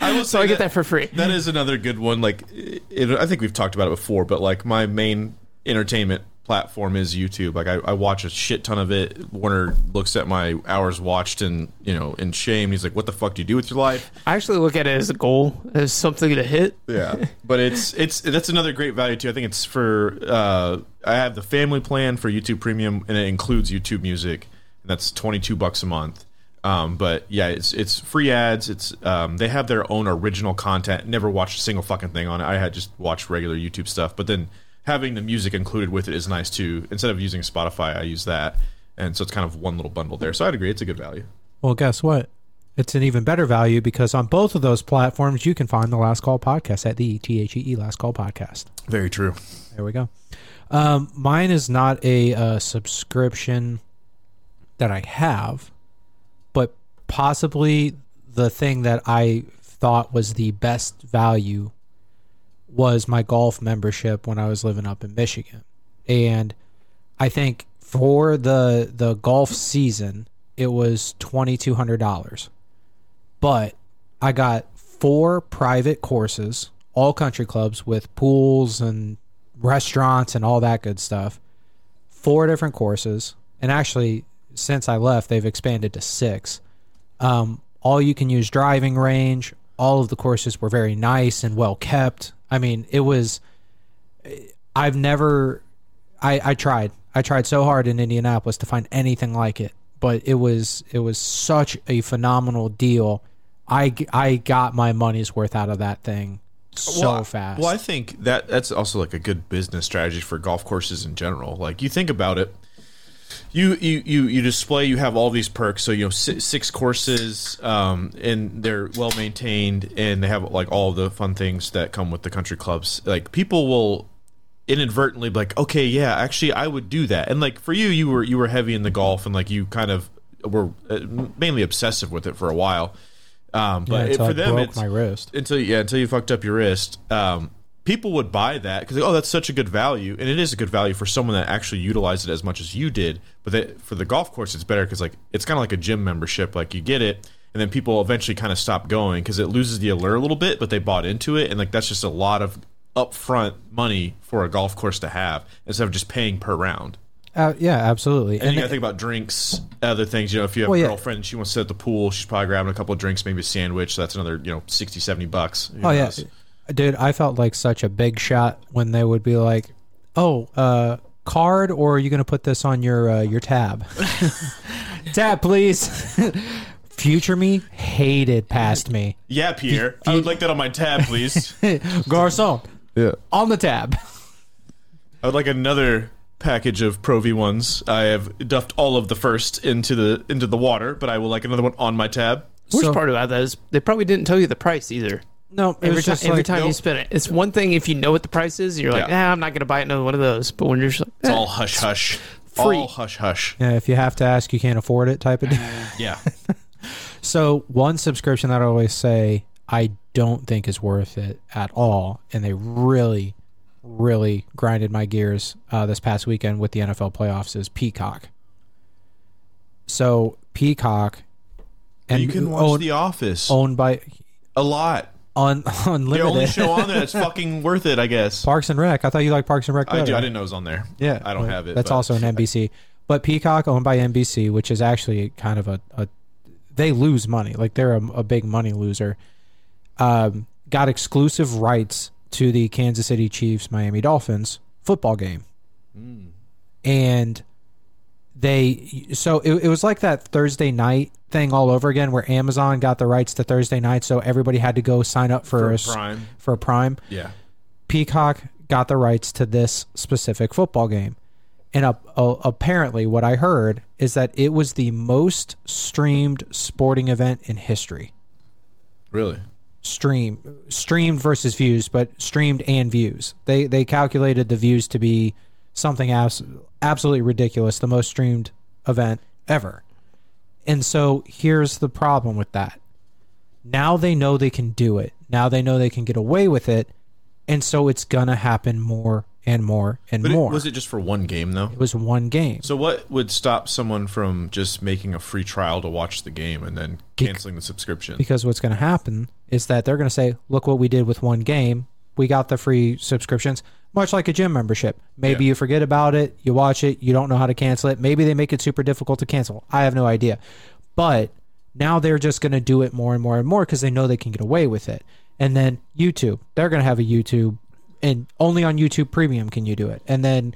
Speaker 4: I will
Speaker 3: so
Speaker 4: say
Speaker 3: I get that for free.
Speaker 4: That is another good one. Like, it, I think we've talked about it before, but like my main entertainment platform is YouTube. Like, I, I watch a shit ton of it. Warner looks at my hours watched and you know in shame. He's like, "What the fuck do you do with your life?"
Speaker 3: I actually look at it as a goal, as something to hit.
Speaker 4: Yeah, but it's it's that's another great value too. I think it's for uh, I have the family plan for YouTube Premium, and it includes YouTube Music, and that's twenty two bucks a month. Um, but yeah, it's it's free ads. It's um, they have their own original content. Never watched a single fucking thing on it. I had just watched regular YouTube stuff, but then having the music included with it is nice too. Instead of using Spotify, I use that, and so it's kind of one little bundle there. So I'd agree, it's a good value.
Speaker 2: Well, guess what? It's an even better value because on both of those platforms you can find the Last Call podcast at the T H E E Last Call podcast.
Speaker 4: Very true.
Speaker 2: There we go. Um, mine is not a uh, subscription that I have, but possibly the thing that I thought was the best value was my golf membership when I was living up in Michigan. And I think for the the golf season, it was twenty two hundred dollars. But I got four private courses, all country clubs with pools and restaurants and all that good stuff. Four different courses, and actually, since I left, they've expanded to six. Um, all you can use driving range. All of the courses were very nice and well kept. I mean, it was. I've never. I, I tried. I tried so hard in Indianapolis to find anything like it, but it was it was such a phenomenal deal. I, g- I got my money's worth out of that thing so
Speaker 4: Well, I-
Speaker 2: fast.
Speaker 4: Well, I think that that's also like a good business strategy for golf courses in general. Like you think about it, you you you, you display you have all these perks. So you know six, six courses, um, and they're well maintained, and they have like all the fun things that come with the country clubs. Like people will inadvertently be like okay yeah actually i would do that and like for you you were you were heavy in the golf and like you kind of were uh, mainly obsessive with it for a while um but it,
Speaker 2: until
Speaker 4: for
Speaker 2: I
Speaker 4: them
Speaker 2: broke
Speaker 4: it's
Speaker 2: my wrist.
Speaker 4: until yeah until you fucked up your wrist um people would buy that because oh that's such a good value and it is a good value for someone that actually utilized it as much as you did but that, for the golf course it's better because like it's kind of like a gym membership like you get it and then people eventually kind of stop going because it loses the allure a little bit but they bought into it and like that's just a lot of upfront money for a golf course to have instead of just paying per round
Speaker 2: Uh, yeah, absolutely.
Speaker 4: And,
Speaker 2: And
Speaker 4: you gotta think about drinks, other things. You know, if you have
Speaker 2: Well,
Speaker 4: a
Speaker 2: yeah.
Speaker 4: girlfriend and she wants to sit at the pool, she's probably grabbing a couple of drinks, maybe a sandwich. So that's another, you know, 60, 70 bucks. Who
Speaker 2: oh yeah,
Speaker 4: knows?
Speaker 2: dude, I felt like such a big shot when they would be like, "Oh, uh, card, or are you gonna put this on your uh, your tab? tab, please." Future me hated past me.
Speaker 4: Yeah, Pierre. I would like that on my tab, please.
Speaker 2: Garcon
Speaker 4: yeah.
Speaker 2: on the tab.
Speaker 4: I would like another package of Pro V ones. I have duffed all of the first into the into the water, but I will like another one on my tab.
Speaker 3: Worst
Speaker 2: So-
Speaker 3: part about that is they probably didn't tell you the price either.
Speaker 2: No, it
Speaker 3: Every
Speaker 2: was
Speaker 3: time,
Speaker 2: just
Speaker 3: every
Speaker 2: like,
Speaker 3: time you
Speaker 4: Nope.
Speaker 3: spend it, it's one thing if you know what the price is. You're like,
Speaker 4: Yeah.
Speaker 3: nah, I'm not gonna buy another one of those. But when you're just like,
Speaker 4: It's
Speaker 3: eh,
Speaker 4: all hush hush.
Speaker 3: Free.
Speaker 4: All hush hush.
Speaker 2: yeah, if you have to ask, you can't afford it type of deal.
Speaker 4: Yeah.
Speaker 2: So one subscription that I always say I don't think is worth it at all, and they really, really grinded my gears uh, this past weekend with the NFL playoffs is Peacock. So Peacock, and
Speaker 4: you can watch
Speaker 2: own-
Speaker 4: The Office
Speaker 2: owned by
Speaker 4: a lot.
Speaker 2: un,
Speaker 4: The only
Speaker 2: unlimited
Speaker 4: show on there that's fucking worth it, I guess.
Speaker 2: Parks and Rec. I thought you liked Parks and Rec.
Speaker 4: I do.
Speaker 2: better.
Speaker 4: I didn't know it was on there.
Speaker 2: Yeah,
Speaker 4: I don't
Speaker 2: well,
Speaker 4: have it.
Speaker 2: That's
Speaker 4: but-
Speaker 2: also an NBC, but Peacock owned by NBC, which is actually kind of a, a they lose money. Like they're a, a big money loser. Um, got exclusive rights to the Kansas City Chiefs Miami Dolphins football game,
Speaker 4: Hmm.
Speaker 2: and they so it, it was like that Thursday night thing all over again, where Amazon got the rights to Thursday night, so everybody had to go sign up for,
Speaker 4: For
Speaker 2: a s-
Speaker 4: Prime.
Speaker 2: for a Prime.
Speaker 4: Yeah.
Speaker 2: Peacock got the rights to this specific football game. And uh, uh, apparently, what I heard is that it was the most streamed sporting event in history.
Speaker 4: Really?
Speaker 2: Stream streamed versus views, but streamed and views. They they calculated the views to be something abs- absolutely ridiculous, the most streamed event ever. And so here's the problem with that. Now they know they can do it. Now they know they can get away with it, and so it's gonna happen more and more and
Speaker 4: But it,
Speaker 2: more.
Speaker 4: was it just for one game though?
Speaker 2: It was one game.
Speaker 4: So what would stop someone from just making a free trial to watch the game and then canceling the subscription?
Speaker 2: because what's going to happen is that they're going to say, "Look what we did with one game. We got the free subscriptions, much like a gym membership. Maybe
Speaker 4: Yeah.
Speaker 2: you forget about it, you watch it, you don't know how to cancel it. Maybe they make it super difficult to cancel. I have no idea. But now they're just going to do it more and more and more because they know they can get away with it. And then YouTube, they're going to have a YouTube, and only on YouTube Premium can you do it. And then,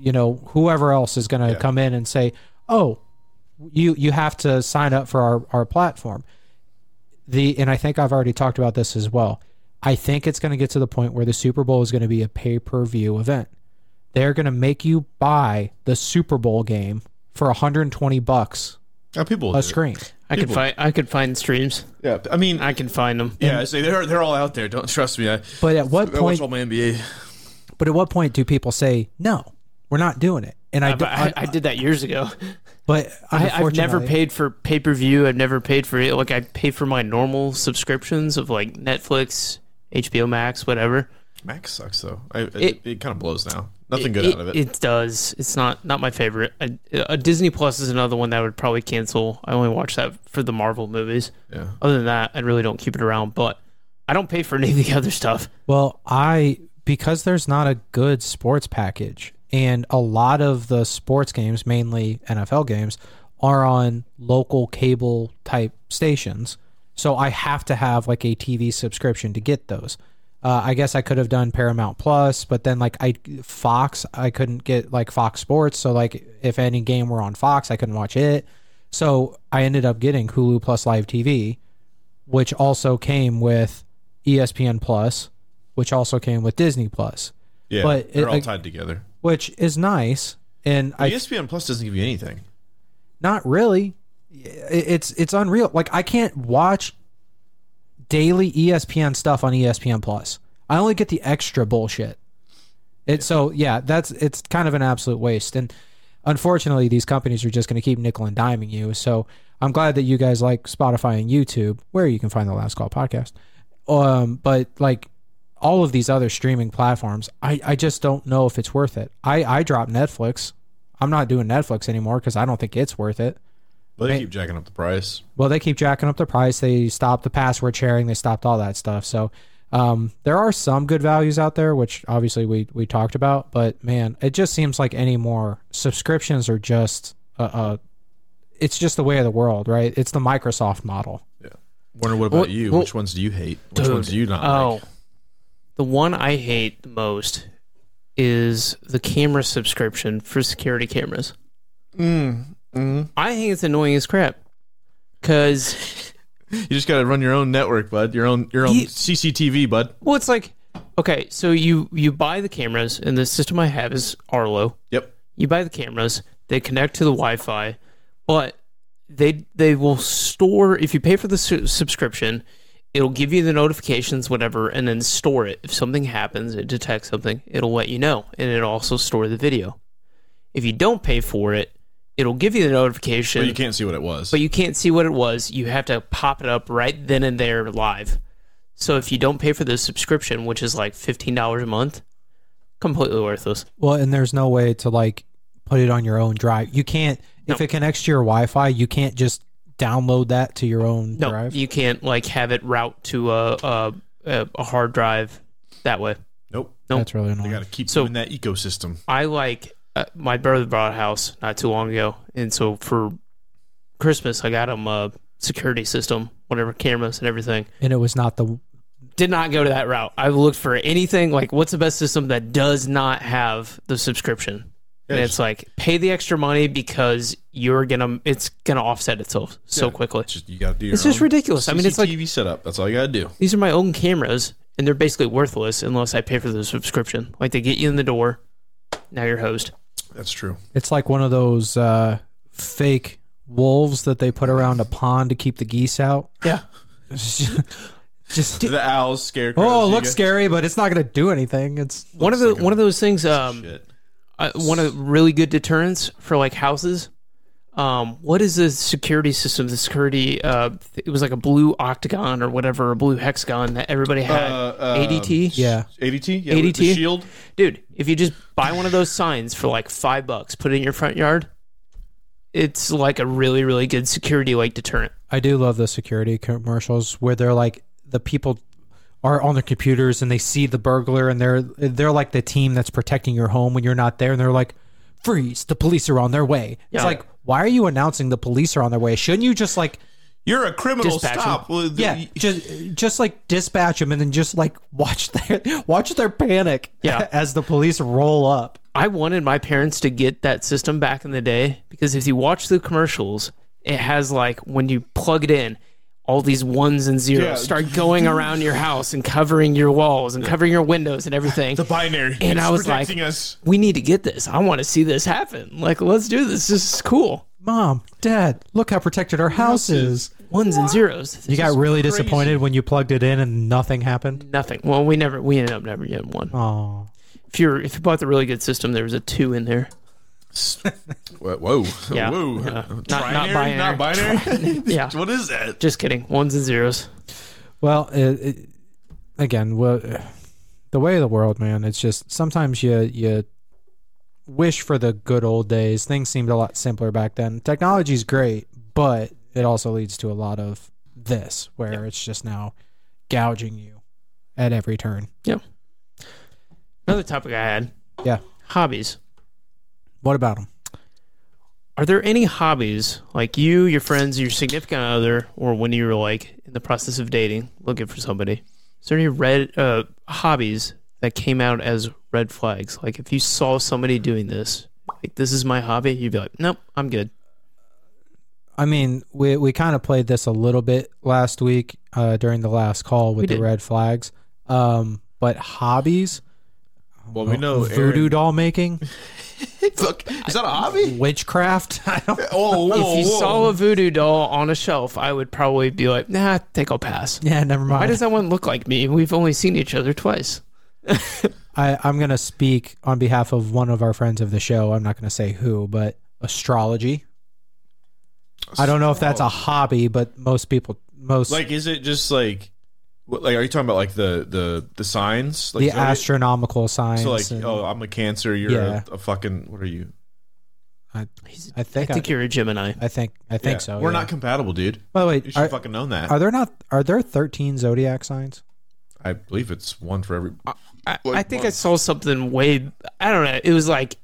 Speaker 2: you know, whoever else is going to come in and say, "Oh, you you have to sign up for our, our platform the and I think I've already talked about this as well. I think it's going to get to the point where the Super Bowl is going to be a pay-per-view event. They're going to make you buy the Super Bowl game for 120 bucks
Speaker 4: Now, people will
Speaker 2: a
Speaker 4: do it.
Speaker 2: screen.
Speaker 3: I could
Speaker 4: People-
Speaker 3: find I could find streams.
Speaker 4: Yeah, I mean,
Speaker 3: I can find them.
Speaker 4: yeah, I say they're they're all out there. Don't trust me. I,
Speaker 2: But at what
Speaker 4: I watch
Speaker 2: point
Speaker 4: all my NBA.
Speaker 2: but at what point do people say, "No, we're not doing it." And I,
Speaker 3: I,
Speaker 2: do-
Speaker 3: I, I did that years ago.
Speaker 2: but
Speaker 3: I, I've never
Speaker 2: unfortunately-
Speaker 3: paid for pay per view. I've never paid for it. Like I pay for my normal subscriptions of like Netflix, HBO Max, whatever.
Speaker 4: Max sucks though. I, it
Speaker 3: It-
Speaker 4: it, kind of blows now. Nothing good
Speaker 3: it,
Speaker 4: out of it.
Speaker 3: It does. It's not not my favorite. A, a Disney Plus is another one that I would probably cancel. I only watch that for the Marvel movies.
Speaker 4: yeah.
Speaker 3: Other than that, I really don't keep it around. But I don't pay for any of the other stuff.
Speaker 2: Well, I because there's not a good sports package, and a lot of the sports games, mainly NFL games, are on local cable type stations. So I have to have like a TV subscription to get those. Uh, I guess I could have done Paramount Plus, but then like I Fox, I couldn't get like Fox Sports. So like if any game were on Fox, I couldn't watch it. So I ended up getting Hulu Plus Live TV, which also came with E ESPN Plus, which also came with Disney Plus,
Speaker 4: Yeah,
Speaker 2: but it-
Speaker 4: they're all
Speaker 2: like-
Speaker 4: tied together. E
Speaker 2: which is nice. And I
Speaker 4: ESPN Plus doesn't give you anything.
Speaker 2: not really. I- It's it's unreal. Like I can't watch daily E ESPN stuff on ESPN Plus. I only get the extra bullshit. It's so yeah, that's it's kind of an absolute waste. And unfortunately, these companies are just going to keep nickel and diming you. So I'm glad that you guys like Spotify and YouTube, where you can find the Last Call podcast. Um, but like all of these other streaming platforms, I, I just don't know if it's worth it. I I dropped Netflix. I'm not doing Netflix anymore because I don't think it's worth it.
Speaker 4: But they keep jacking up the price.
Speaker 2: Well, they keep jacking up the price. They stopped the password sharing. They stopped all that stuff. So Um, there are some good values out there, which obviously we we talked about, but man, it just seems like anymore subscriptions are just uh, uh it's just the way of the world, right? It's the Microsoft model.
Speaker 4: Warner, what about
Speaker 3: Well-
Speaker 4: you?
Speaker 3: well-
Speaker 4: Which ones do you hate? Which ones do you not
Speaker 3: Oh,
Speaker 4: like?
Speaker 3: the one I hate the most is the camera subscription for security cameras. Mm, I think it's annoying as crap because
Speaker 4: You just got to run your own network, bud. Your own your own
Speaker 3: Ye-
Speaker 4: CCTV, bud.
Speaker 3: well, it's like okay, so you you buy the cameras, and the system I have is Arlo.
Speaker 4: Yep.
Speaker 3: You buy the cameras, they connect to the Wi-Fi, but they they will store if you pay for the su- subscription, it'll give you the notifications, whatever, and then store it. If something happens, it detects something, it'll let you know, and it'll also store the video. If you don't pay for it, it'll give you the notification,
Speaker 4: But you can't see what it was.
Speaker 3: but you can't see what it was. You have to pop it up right then and there live. So if you don't pay for the subscription, which is like fifteen dollars a month, completely worthless.
Speaker 2: Well, and there's no way to like put it on your own drive. You can't if it connects to your Wi-Fi, you can't just download that to your own
Speaker 3: No,
Speaker 2: drive.
Speaker 3: you can't like have it route to a a, a, a hard drive that way.
Speaker 4: nope.
Speaker 2: That's really annoying.
Speaker 4: You got to keep
Speaker 3: So-
Speaker 4: you in that ecosystem.
Speaker 3: I like uh, my brother bought a house not too long ago, and so for Christmas I got him a security system, whatever cameras and everything.
Speaker 2: and it was not the
Speaker 3: Did not go to that route. I looked for anything like what's the best system that does not have the subscription. And it's like pay the extra money because you're gonna it's gonna offset itself so quickly.
Speaker 4: Just you got to do. Your
Speaker 3: It's just
Speaker 4: own
Speaker 3: ridiculous. I mean, it's like-
Speaker 4: CCTV setup. That's all you got to do.
Speaker 3: these are my own cameras and they're basically worthless unless I pay for the subscription. Like they get you in the door, now you're host.
Speaker 4: That's true.
Speaker 2: It's like one of those uh, fake wolves that they put around a pond to keep the geese out.
Speaker 3: Yeah.
Speaker 2: Just
Speaker 4: The owls, scarecrows.
Speaker 2: oh, it
Speaker 4: you
Speaker 2: looks
Speaker 4: got-
Speaker 2: scary, but it's not going to do anything. It's
Speaker 3: One of the one of those things um
Speaker 4: Shit.
Speaker 3: uh, one of the really good deterrents for like houses. Um what is the security system the security uh th- it was like a blue octagon or whatever a blue hexagon that everybody had
Speaker 4: Uh, um,
Speaker 3: ADT
Speaker 2: yeah.
Speaker 4: ADT. Yeah,
Speaker 3: ADT?
Speaker 4: The shield.
Speaker 3: dude if you just buy one of those signs for like 5 bucks put it in your front yard it's like a really really good security like deterrent
Speaker 2: I do love the security commercials where they're like the people are on their computers and they see the burglar and they're they're like the team that's protecting your home when you're not there and they're like freeze the police are on their way. It's
Speaker 3: Yeah.
Speaker 2: like why are you announcing the police are on their way? Shouldn't you just like
Speaker 4: You're a criminal.
Speaker 3: Dispatch 'em.
Speaker 4: Stop. Well, the-
Speaker 2: yeah, just just like dispatch them and then just like watch their watch their panic
Speaker 3: Yeah.
Speaker 2: as the police roll up.
Speaker 3: I wanted my parents to get that system back in the day because if you watch the commercials, it has like when you plug it in, all these ones and zeros
Speaker 4: Yeah.
Speaker 3: start going around your house and covering your walls and covering your windows and everything.
Speaker 4: the binary.
Speaker 3: And
Speaker 4: It's
Speaker 3: I was like-
Speaker 4: protecting us.
Speaker 3: we need to get this. I want to see this happen. Like, let's do this. This is cool.
Speaker 2: Mom, Dad, look how protected our house is.
Speaker 3: Ones and zeros.
Speaker 2: You got really
Speaker 4: crazy.
Speaker 2: disappointed when you plugged it in and nothing happened.
Speaker 3: nothing. Well, we never we ended up never getting one.
Speaker 2: Oh,
Speaker 3: If you're if you bought the really good system, there was a two in there.
Speaker 4: Whoa. Whoa.
Speaker 3: Yeah.
Speaker 4: Whoa.
Speaker 3: Yeah. Not- not
Speaker 4: Trinary? Not binary.
Speaker 3: Yeah.
Speaker 4: What is that?
Speaker 3: Just kidding. Ones and zeros.
Speaker 2: well, it, it, again, well, the way of the world, man. It's just sometimes you you wish for the good old days. Things seemed a lot simpler back then. Technology's great, but it also leads to a lot of this, where it's just now gouging you at every turn.
Speaker 3: Another topic I had.
Speaker 2: Yeah.
Speaker 3: Hobbies.
Speaker 2: What about them?
Speaker 3: Are there any hobbies like you, your friends, your significant other, or when you were like in the process of dating, looking for somebody? Is there any red uh, hobbies that came out as red flags? Like if you saw somebody doing this, like this is my hobby, you'd be like, nope, I'm good.
Speaker 2: I mean, we we kind of played this a little bit last week uh, during the last call with
Speaker 3: We
Speaker 2: the
Speaker 3: did.
Speaker 2: red flags. Um, but hobbies,
Speaker 4: Well, we know
Speaker 2: voodoo
Speaker 4: Aaron-
Speaker 2: doll making,
Speaker 4: Look, is that a hobby?
Speaker 2: witchcraft. I don't.
Speaker 4: Oh, whoa,
Speaker 3: If you
Speaker 4: whoa.
Speaker 3: saw a voodoo doll on a shelf, I would probably be like, nah, I think I'll pass.
Speaker 2: Yeah, never mind.
Speaker 3: Why does that one look like me? We've only seen each other twice.
Speaker 2: I, I'm going to speak on behalf of one of our friends of the show. I'm not going to say who, but astrology. I don't know if that's a hobby, but most people, most
Speaker 4: like, is it just like, what, like, are you talking about like the the the signs? Like,
Speaker 2: the
Speaker 4: is that it?
Speaker 2: astronomical signs.
Speaker 4: So like,
Speaker 2: and
Speaker 4: oh, I'm a Cancer. You're
Speaker 2: Yeah.
Speaker 4: a, a fucking. What are you?
Speaker 2: I,
Speaker 3: He's-
Speaker 2: I think
Speaker 3: I
Speaker 2: I,
Speaker 3: think you're a Gemini.
Speaker 2: I think I think
Speaker 4: Yeah.
Speaker 2: so.
Speaker 4: We're
Speaker 2: yeah.
Speaker 4: not compatible, dude.
Speaker 2: By the way,
Speaker 4: You should
Speaker 2: are,
Speaker 4: fucking known that.
Speaker 2: are there not? Are there 13 zodiac signs?
Speaker 4: I believe it's one for every.
Speaker 3: I, I think I saw something way. I don't know. It was like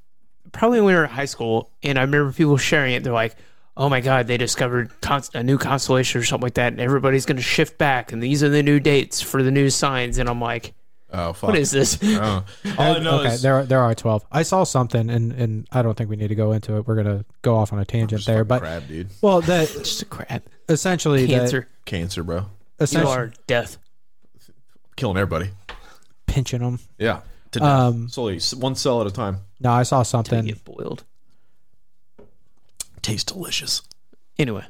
Speaker 3: probably when we were in high school, and I remember people sharing it. They're like, "Oh my god, they discovered const- a new constellation or something like that, and everybody's going to shift back, and these are the new dates for the new signs." And I'm like,
Speaker 4: Oh fuck!
Speaker 3: "What is Uh, this?"
Speaker 4: Oh. All I know
Speaker 2: okay,
Speaker 4: is
Speaker 2: there are, there are twelve. I saw something, and and I don't think we need to go into it. We're gonna go off on a tangent there, but
Speaker 4: crab, dude.
Speaker 2: well, that
Speaker 3: Just a crap
Speaker 2: essentially that-
Speaker 3: cancer.
Speaker 4: Cancer, bro.
Speaker 3: you
Speaker 2: essentially
Speaker 3: are death.
Speaker 4: Killing everybody.
Speaker 2: pinching them.
Speaker 4: Yeah. To death.
Speaker 2: Um,
Speaker 4: Slowly, s- one cell at a time.
Speaker 2: no, I saw
Speaker 3: You
Speaker 2: something.
Speaker 3: get boiled.
Speaker 4: Tastes delicious.
Speaker 3: Anyway,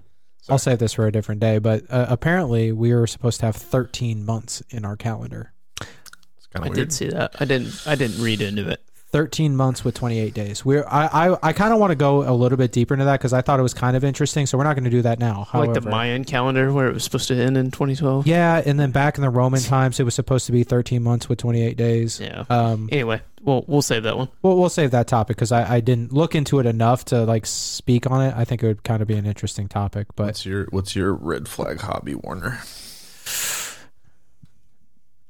Speaker 2: I'll save this for a different day, but uh, apparently we were supposed to have 13 months in our calendar.
Speaker 4: It's kind
Speaker 3: I
Speaker 4: of weird.
Speaker 3: did see that. I didn't. I didn't read into it.
Speaker 2: 13 months with 28 days. We're I I, I kind of want to go a little bit deeper into that because I thought it was kind of interesting. So we're not going to do that now. However,
Speaker 3: like the Mayan calendar where it was supposed to end in 2012.
Speaker 2: yeah, and then back in the Roman times, it was supposed to be 13 months with 28 days.
Speaker 3: Yeah.
Speaker 2: Um,
Speaker 3: Anyway, we'll we'll save that one.
Speaker 2: we'll, we'll save that topic because I, I didn't look into it enough to like speak on it. I think it would kind of be an interesting topic, but
Speaker 4: What's your What's your red flag hobby, Warner?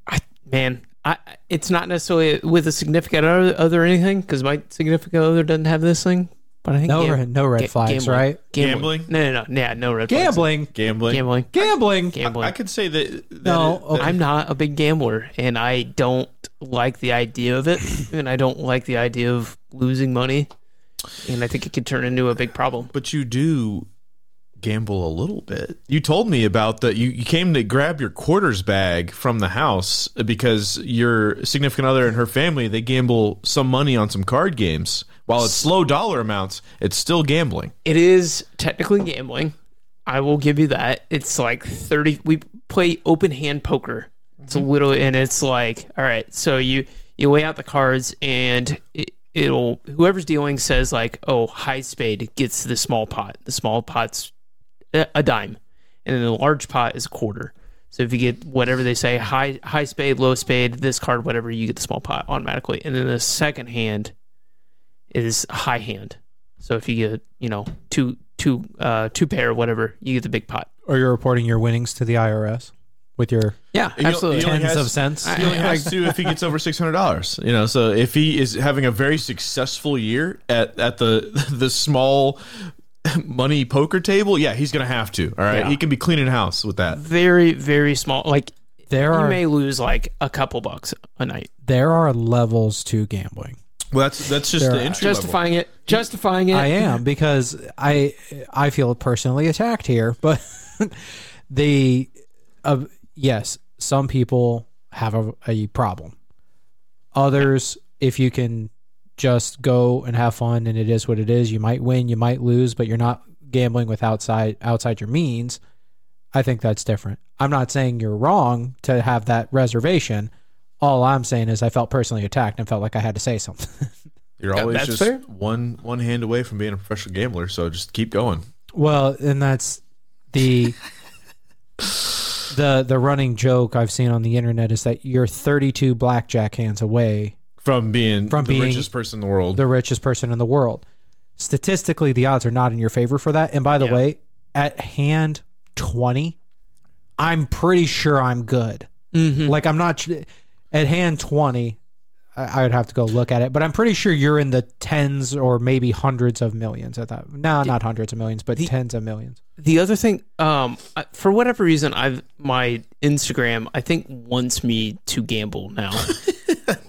Speaker 3: I, man, I it's not necessarily with a significant other, other or anything because my significant other doesn't have this thing. But I think
Speaker 2: no
Speaker 3: gam-
Speaker 2: red, no red
Speaker 3: ga-
Speaker 2: flags,
Speaker 3: gambling.
Speaker 2: right?
Speaker 3: Gambling. No,
Speaker 4: Gambling?
Speaker 3: no, no. Yeah, no red flags.
Speaker 2: Gambling,
Speaker 4: Gambling.
Speaker 3: Gambling.
Speaker 2: gambling.
Speaker 3: Gambling.
Speaker 4: I could say that. that
Speaker 2: No,
Speaker 4: that-
Speaker 3: I'm not a big gambler, and I don't like the idea of it, and I don't like the idea of losing money, and I think it could turn into a big problem.
Speaker 4: but you do gamble a little bit. You told me about the you, you came to grab your quarters bag from the house because your significant other and her family they gamble some money on some card games. While it's low dollar amounts, it's still gambling.
Speaker 3: It is technically gambling. I will give you that. It's like 30 we play open hand poker. It's a little and it's like all right, so you you lay out the cards and it, it'll whoever's dealing says like, "Oh, high spade gets the small pot. The small pot's a a dime, and then the large pot is a quarter." So if you get whatever they say, high high spade, low spade, this card, whatever, you get the small pot automatically. And then the second hand is high hand. So if you get you know two two uh two pair whatever, you get the big pot.
Speaker 2: Or you're reporting your winnings to the IRS with your
Speaker 3: Yeah,
Speaker 4: You-
Speaker 3: absolutely.
Speaker 4: you- Only
Speaker 2: tens
Speaker 4: has-
Speaker 2: of cents.
Speaker 4: He only has to if he gets over six hundred dollars. You know, so if he is having a very successful year at, at the the small money poker table, yeah, he's gonna have to. All right,
Speaker 3: Yeah.
Speaker 4: he can be cleaning house with that.
Speaker 3: very very small. Like
Speaker 2: there
Speaker 3: you
Speaker 2: are
Speaker 3: may lose like a couple bucks a night.
Speaker 2: there are levels to gambling.
Speaker 4: Well, that's that's just the entry level.
Speaker 3: Justifying it, justifying it.
Speaker 2: I am because I I feel personally attacked here, but the uh, yes, some people have a, a problem. Others, if you can just go and have fun, and it is what it is. You might win, you might lose, but you're not gambling with outside outside your means. I think that's different. I'm not saying you're wrong to have that reservation. All I'm saying is I felt personally attacked and felt like I had to say something.
Speaker 4: You're always
Speaker 3: that's
Speaker 4: just
Speaker 3: fair.
Speaker 4: one one hand away from being a professional gambler, so just keep going.
Speaker 2: Well, and that's the the the running joke I've seen on the internet is that you're 32 blackjack hands away
Speaker 4: From being
Speaker 2: From
Speaker 4: the
Speaker 2: being
Speaker 4: richest person in the world.
Speaker 2: the richest person in the world. Statistically, the odds are not in your favor for that. And by the
Speaker 3: Yeah.
Speaker 2: way, at hand 20, I'm pretty sure I'm good. Like I'm not at hand 20. I I would have to go look at it, but I'm pretty sure you're in the tens or maybe hundreds of millions at that. No, not hundreds of millions, but tens of millions.
Speaker 3: the other thing, um, I- for whatever reason, I've my Instagram I think wants me to gamble now.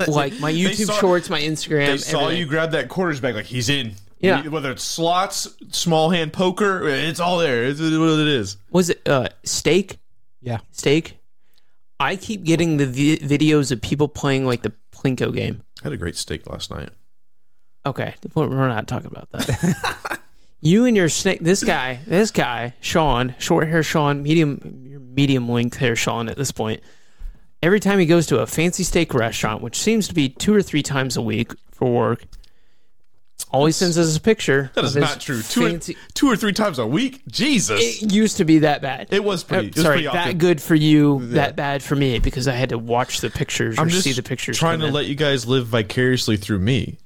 Speaker 3: like my YouTube
Speaker 4: saw-
Speaker 3: shorts, my Instagram.
Speaker 4: they saw
Speaker 3: everything.
Speaker 4: you grab that quarters bag, like he's in.
Speaker 3: Yeah.
Speaker 4: Whether it's slots, small hand poker, it's all there. It's what it is.
Speaker 3: was it uh steak
Speaker 2: Yeah.
Speaker 3: steak i keep getting the vi- videos of people playing like the plinko game
Speaker 4: I had a great steak last night.
Speaker 3: okay we're we're not talking about that you and your snake this guy this guy sean short hair sean medium your medium length hair sean at this point every time he goes to a fancy steak restaurant which seems to be two or three times a week for work always sends us a picture
Speaker 4: That is
Speaker 3: of his
Speaker 4: not true. Two,
Speaker 3: fancy-
Speaker 4: or, two or three times a week? Jesus.
Speaker 3: it used to be that bad.
Speaker 4: It was
Speaker 3: Uh,
Speaker 4: pretty- it was
Speaker 3: sorry,
Speaker 4: pretty
Speaker 3: that
Speaker 4: often.
Speaker 3: good for you, that bad for me because I had to watch the pictures
Speaker 4: I'm
Speaker 3: or
Speaker 4: just
Speaker 3: see the pictures.
Speaker 4: trying
Speaker 3: come
Speaker 4: to
Speaker 3: in.
Speaker 4: let you guys live vicariously through me.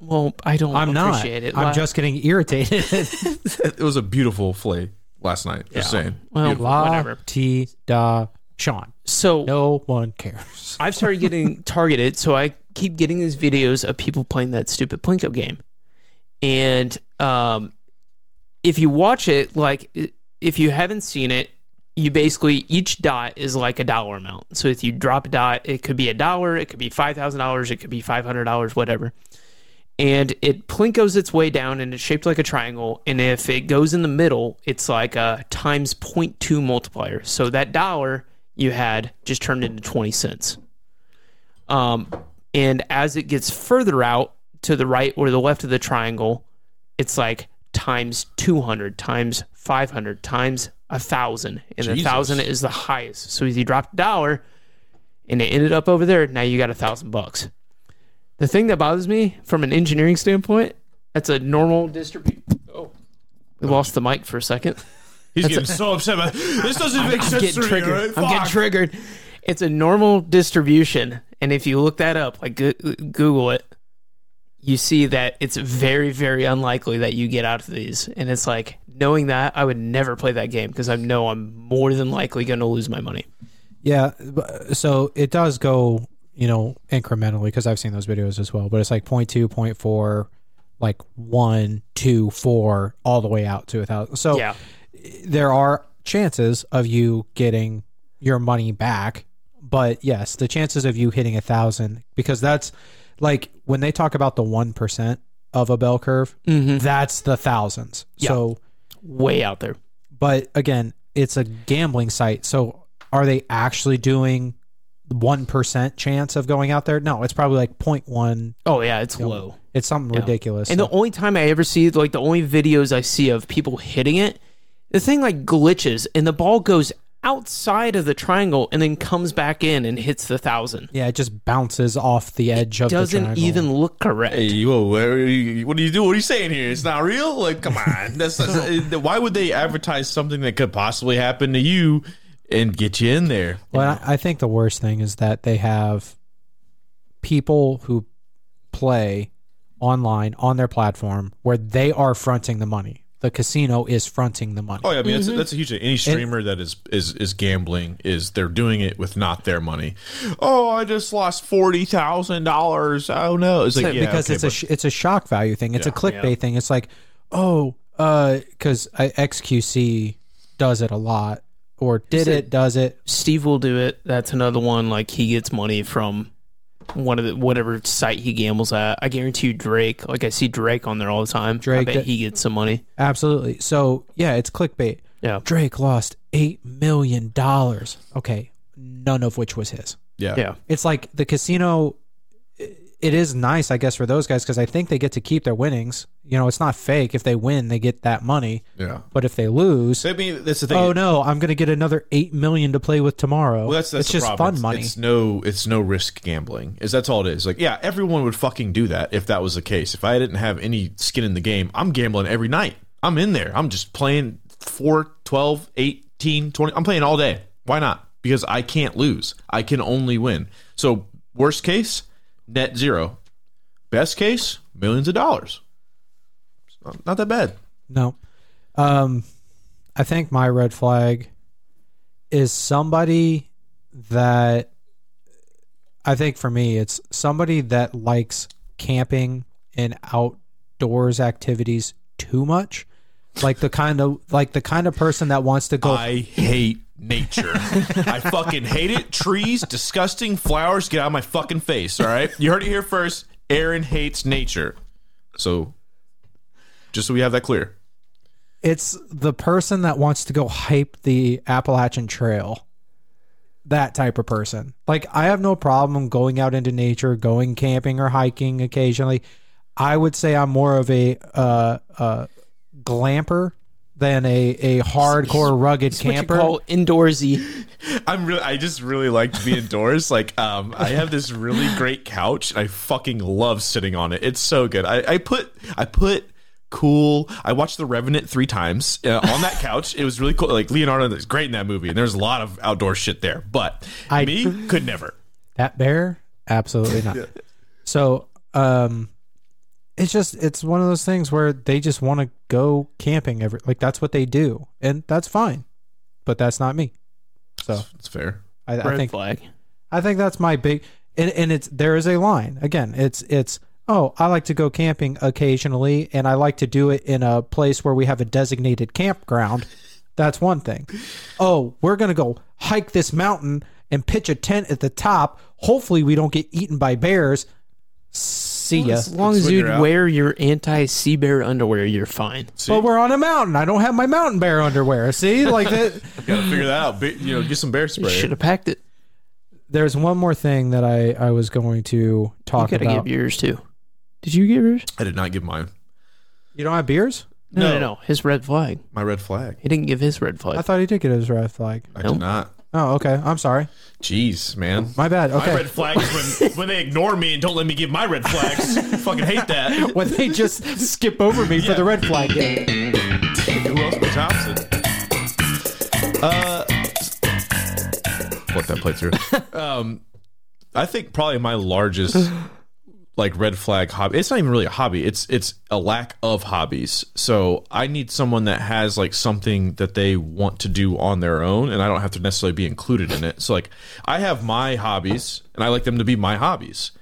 Speaker 3: Well, I don't.
Speaker 2: I'm not.
Speaker 3: appreciate it. Why-
Speaker 2: I'm just getting irritated.
Speaker 4: It was a beautiful flay last night. Just saying.
Speaker 3: well,
Speaker 2: La
Speaker 3: whatever.
Speaker 2: ti da Sean.
Speaker 3: So
Speaker 2: No one cares.
Speaker 3: I've started getting targeted, so I keep getting these videos of people playing that stupid Plinko game. And um, if you watch it, like i- if you haven't seen it, you basically each dot is like a dollar amount. So if you drop a dot, it could be a dollar, it could be five thousand dollars, it could be five hundred dollars, whatever. And it plinkos its way down and it's shaped like a triangle. And if it goes in the middle, it's like a times 0.2 multiplier. So that dollar you had just turned into 20 cents. Um, and as it gets further out to the right or the left of the triangle, it's like times 200, times 500, times a thousand. And a thousand is the highest. So if you dropped a dollar and it ended up over there, now you got a thousand bucks. The thing that bothers me from an engineering standpoint, that's a normal distribution. Oh, we lost the mic for a second.
Speaker 4: He's getting so upset. About, this doesn't make
Speaker 3: I'm
Speaker 4: sense
Speaker 3: getting
Speaker 4: to me.
Speaker 3: triggered.
Speaker 4: Right?
Speaker 3: I'm getting
Speaker 4: Fuck.
Speaker 3: triggered. It's a normal distribution, and if you look that up, like go- Google it, you see that it's very, very unlikely that you get out of these. And it's like knowing that, I would never play that game because I know I'm more than likely going to lose my money.
Speaker 2: Yeah, but- so it does go, you know, incrementally because I've seen those videos as well. But it's like 0.2, 0.4, like one, two, four, all the way out to a thousand. So
Speaker 4: Oh.
Speaker 3: Yeah.
Speaker 2: there are chances of you getting your money back, but yes, the chances of you hitting a thousand because that's like when they talk about the one percent of a bell curve,
Speaker 3: Mm-hmm.
Speaker 2: that's the thousands. So
Speaker 3: Way out there.
Speaker 2: but again, it's a gambling site. So are they actually doing one percent chance of going out there? No, it's probably like 0.1.
Speaker 3: Oh, yeah, it's low.
Speaker 2: It's something ridiculous.
Speaker 3: And the only time I ever see, like, the only videos I see of people hitting it, the thing, like, glitches and the ball goes outside of the triangle and then comes back in and hits the thousand.
Speaker 2: yeah, it just bounces off the edge of the
Speaker 3: Doesn't
Speaker 2: triangle.
Speaker 3: even look correct.
Speaker 4: Hey, whoa, what are you, what are you doing? What are you saying here? It's not real. Like, come on. That's, that's why would they advertise something that could possibly happen to you and get you in there?
Speaker 2: Well, I I think the worst thing is that they have people who play online on their platform where they are fronting the money. The casino is fronting the money.
Speaker 4: Oh yeah, I mean that's, that's a huge thing. Any streamer that is is is gambling is they're doing it with not their money. Oh, I just lost forty thousand dollars. Oh no, it's like yeah,
Speaker 2: because
Speaker 4: okay,
Speaker 2: it's a
Speaker 4: but-
Speaker 2: sh- it's a shock value thing. It's a clickbait thing. It's like, oh, because I XQC does it a lot, or did it? Does it?
Speaker 3: Steve will do it. That's another one. Like he gets money from one of the whatever site he gambles at. I guarantee you, Drake. Like I see Drake on there all the time.
Speaker 2: Drake
Speaker 3: I bet
Speaker 2: did-
Speaker 3: he gets some money.
Speaker 2: Absolutely. So yeah, it's clickbait.
Speaker 3: Yeah.
Speaker 2: Drake lost eight million dollars. Okay, none of which was his.
Speaker 4: yeah.
Speaker 3: Yeah.
Speaker 2: It's like the casino. i- It is nice, I guess, for those guys because I think they get to keep their winnings. You know, it's not fake. If they win, they get that money.
Speaker 4: yeah.
Speaker 2: But if they lose,
Speaker 4: I mean that's the thing.
Speaker 2: oh no, I'm going to get another eight million to play with tomorrow.
Speaker 4: Well, that's, that's
Speaker 2: it's
Speaker 4: the
Speaker 2: just
Speaker 4: problem.
Speaker 2: fun
Speaker 4: It's-
Speaker 2: money.
Speaker 4: It's no, it's no risk gambling. Is that's all it is? Like, yeah, everyone would fucking do that if that was the case. If I didn't have any skin in the game, I'm gambling every night. I'm in there. I'm just playing 4, 12, 18, 20. I'm playing all day. Why not? Because I can't lose. I can only win. So worst case, net zero. Best case, millions of dollars. It's not- Not that bad.
Speaker 2: No. Um I think my red flag is somebody that I think for me it's somebody that likes camping and outdoors activities too much. Like the kind of like the kind of person that wants to go
Speaker 4: I hate nature. I fucking hate it. Trees, disgusting. Flowers, get out of my fucking face. All right, you heard it here first. Aaron hates nature. So, just so we have that clear.
Speaker 2: it's the person that wants to go hype the Appalachian Trail. That type of person. Like I have no problem going out into nature, going camping or hiking occasionally. I would say I'm more of a uh, uh, glamper than a, a hardcore rugged camper.
Speaker 3: Call indoorsy.
Speaker 4: I'm really, I just really like to be indoors. Like, um, I have this really great couch, and I fucking love sitting on it. It's so good. I, I put, I put cool. I watched The Revenant three times uh, on that couch. It was really cool. Like Leonardo is great in that movie, and there's a lot of outdoor shit there. But
Speaker 2: I-
Speaker 4: me could never.
Speaker 2: That bear? Absolutely not. So, um it's just it's one of those things where they just want to go camping every like that's what they do and that's fine. But that's not me.
Speaker 4: It's fair.
Speaker 2: I,
Speaker 3: Red
Speaker 2: I think
Speaker 3: flag.
Speaker 2: I think that's my big and, and it's there is a line. Again, it's it's oh, I like to go camping occasionally and I like to do it in a place where we have a designated campground. That's one thing. Oh, we're going to go hike this mountain and pitch a tent at the top. Hopefully we don't get eaten by bears. See ya.
Speaker 3: As long as
Speaker 4: when
Speaker 3: you
Speaker 4: you're out.
Speaker 3: wear your anti sea bear underwear, you're fine.
Speaker 4: See,
Speaker 2: But we're on a mountain. I don't have my mountain bear underwear. See? Like that
Speaker 4: gotta figure that out. Be, you know, get some bear
Speaker 3: You
Speaker 4: spray.
Speaker 3: should have packed it.
Speaker 2: there's one more thing that I I was going to
Speaker 3: You
Speaker 2: talk
Speaker 3: gotta
Speaker 2: about.
Speaker 3: give yours too. Did you give yours?
Speaker 4: I did not give mine.
Speaker 2: you don't have beers?
Speaker 3: No, no,
Speaker 4: No.
Speaker 3: no, His red flag.
Speaker 4: My red flag.
Speaker 3: He didn't give his red
Speaker 2: I
Speaker 3: flag.
Speaker 2: thought he did get his red flag.
Speaker 4: I
Speaker 3: Nope.
Speaker 4: did not.
Speaker 2: Oh, okay. I'm sorry.
Speaker 4: Jeez, man.
Speaker 2: My bad.
Speaker 4: My
Speaker 2: Okay.
Speaker 4: red flag is when, when they ignore me and don't let me give my red flags. Fucking hate that.
Speaker 2: When they just skip over me for the red flag. game.
Speaker 4: Who else but Thompson? Uh, let that play through. Um, I think probably my largest like red flag hobby. It's not even really a hobby. It's it's a lack of hobbies. So I need someone that has like something that they want to do on their own, and I don't have to necessarily be included in it. So like I have my hobbies, and I like them to be my hobbies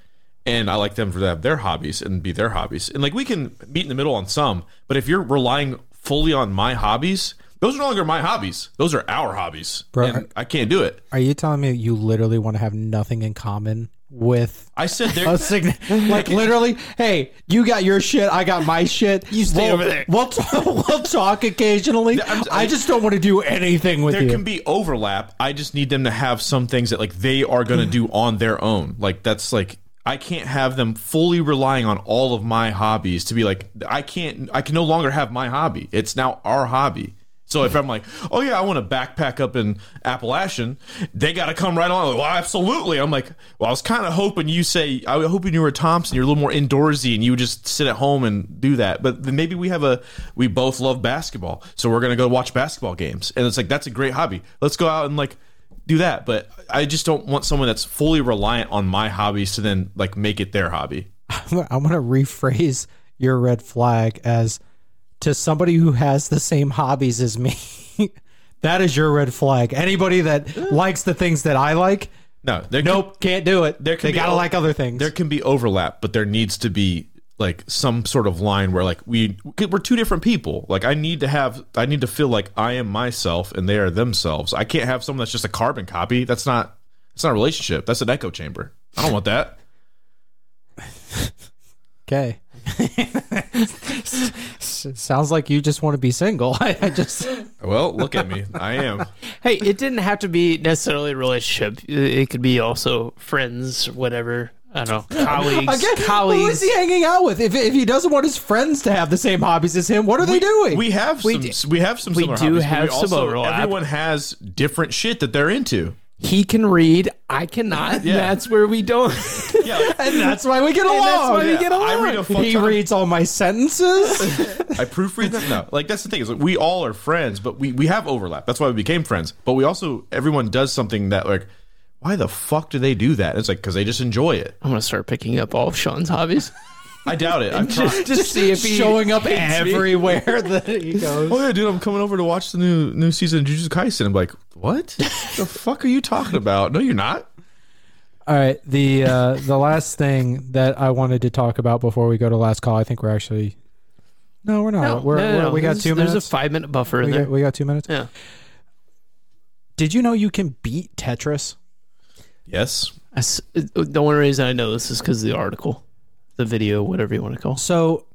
Speaker 4: and I like them for to have their hobbies and be their hobbies. And like we can meet in the middle on some, but if you're relying fully on my hobbies, those are no longer my hobbies. Those are our hobbies.
Speaker 2: Bro,
Speaker 4: and I can't do it.
Speaker 2: Are you telling me you literally want to have nothing in common with
Speaker 4: I said
Speaker 2: a
Speaker 4: there.
Speaker 2: sign? Like literally, hey, you got your shit, I got my shit. You
Speaker 3: stay
Speaker 2: we'll,
Speaker 3: over there.
Speaker 2: We'll talk, we'll talk occasionally.
Speaker 4: I'm-
Speaker 2: I just don't want to do anything with
Speaker 4: There
Speaker 2: you.
Speaker 4: can be overlap. I just need them to have some things that like they are going to do on their own. Like that's like I can't have them fully relying on all of my hobbies to be like I can't I can no longer have my hobby. It's now our hobby. So if I'm like, "Oh yeah, I want to backpack up in Appalachian," they got to come right along. Like, well, absolutely. I'm like, "Well, I was kind of hoping you say I was hoping you were a Thompson, you're a little more indoorsy and you would just sit at home and do that." But then maybe we have a we both love basketball. So we're going to go watch basketball games. And it's like that's a great hobby. Let's go out and like do that. But I just don't want someone that's fully reliant on my hobbies to then like make it their hobby.
Speaker 2: I'm going to rephrase your red flag as to somebody who has the same hobbies as me. that is your red flag. Anybody that likes the things that I like,
Speaker 4: No, there can-
Speaker 2: nope, can't do it.
Speaker 4: There can
Speaker 2: they
Speaker 4: be
Speaker 2: gotta
Speaker 4: o-
Speaker 2: like other things.
Speaker 4: there can be overlap, but there needs to be like some sort of line where like we we're two different people. Like I need to have I need to feel like I am myself and they are themselves. I can't have someone that's just a carbon copy. That's not it's not a relationship. That's an echo chamber. I don't want that.
Speaker 2: Okay. Sounds like you just want to be single. I, I just
Speaker 4: Well, look at me. I am.
Speaker 3: Hey, it didn't have to be necessarily a relationship. It- It could be also friends, whatever. I don't know. Colleagues.
Speaker 2: again, who is
Speaker 3: colleagues.
Speaker 2: he hanging out with? If, if he doesn't want his friends to have the same hobbies as him, what are they doing?
Speaker 4: We have some
Speaker 3: do-
Speaker 4: we have some similar
Speaker 3: do
Speaker 4: hobbies, but
Speaker 3: have
Speaker 4: we also,
Speaker 3: some overlap.
Speaker 4: Everyone has different shit that they're into.
Speaker 3: He can read. I cannot.
Speaker 4: Yeah.
Speaker 3: That's where we don't.
Speaker 4: Yeah. like,
Speaker 2: and that's why we get along.
Speaker 3: that's why we
Speaker 4: Yeah, get I along. read a full
Speaker 2: he
Speaker 4: ton of-
Speaker 2: reads all my sentences.
Speaker 4: I proofread them. No, like that's the thing is like, we all are friends, but we we have overlap. That's why we became friends. But we also everyone does something that like, why the fuck do they do that? it's like because they just enjoy it.
Speaker 3: I'm going to start picking up all of Sean's hobbies.
Speaker 4: I doubt it. I'm trying.
Speaker 3: Just see if he.
Speaker 2: showing up
Speaker 3: hates me.
Speaker 2: everywhere that he goes.
Speaker 4: Oh yeah, dude! I'm coming over to watch the new new season of Jujutsu Kaisen. I'm like, what the fuck are you talking about? No, you're not.
Speaker 2: All right, the uh, the last thing that I wanted to talk about before we go to last call, I think we're actually no, we're not.
Speaker 3: No,
Speaker 2: we're,
Speaker 3: no, no,
Speaker 2: we're-
Speaker 3: no.
Speaker 2: we got
Speaker 3: There's-
Speaker 2: two minutes.
Speaker 3: There's a five minute buffer in
Speaker 2: we,
Speaker 3: there.
Speaker 2: got, we got two minutes.
Speaker 3: Yeah.
Speaker 2: Did you know you can beat Tetris?
Speaker 4: Yes,
Speaker 3: I s- the only reason I know this is because of the article, the video, whatever you want to call,
Speaker 2: So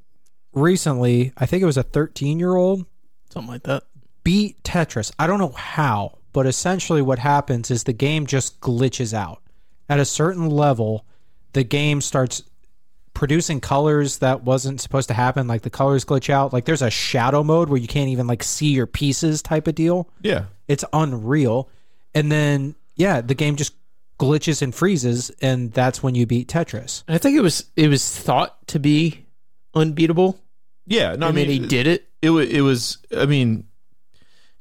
Speaker 2: recently, I think it was a 13 year old
Speaker 3: something like that.
Speaker 2: beat Tetris. I don't know how, but essentially what happens is the game just glitches out. At a certain level, the game starts producing colors that wasn't supposed to happen like the colors glitch out like there's a shadow mode where you can't even like see your pieces type of deal
Speaker 4: yeah.
Speaker 2: it's unreal and then yeah the game just glitches and freezes and that's when you beat tetris
Speaker 3: I think it was it was thought to be unbeatable,
Speaker 4: Yeah, no, I
Speaker 3: and
Speaker 4: mean
Speaker 3: then he did it.
Speaker 4: It, wa it was. I mean,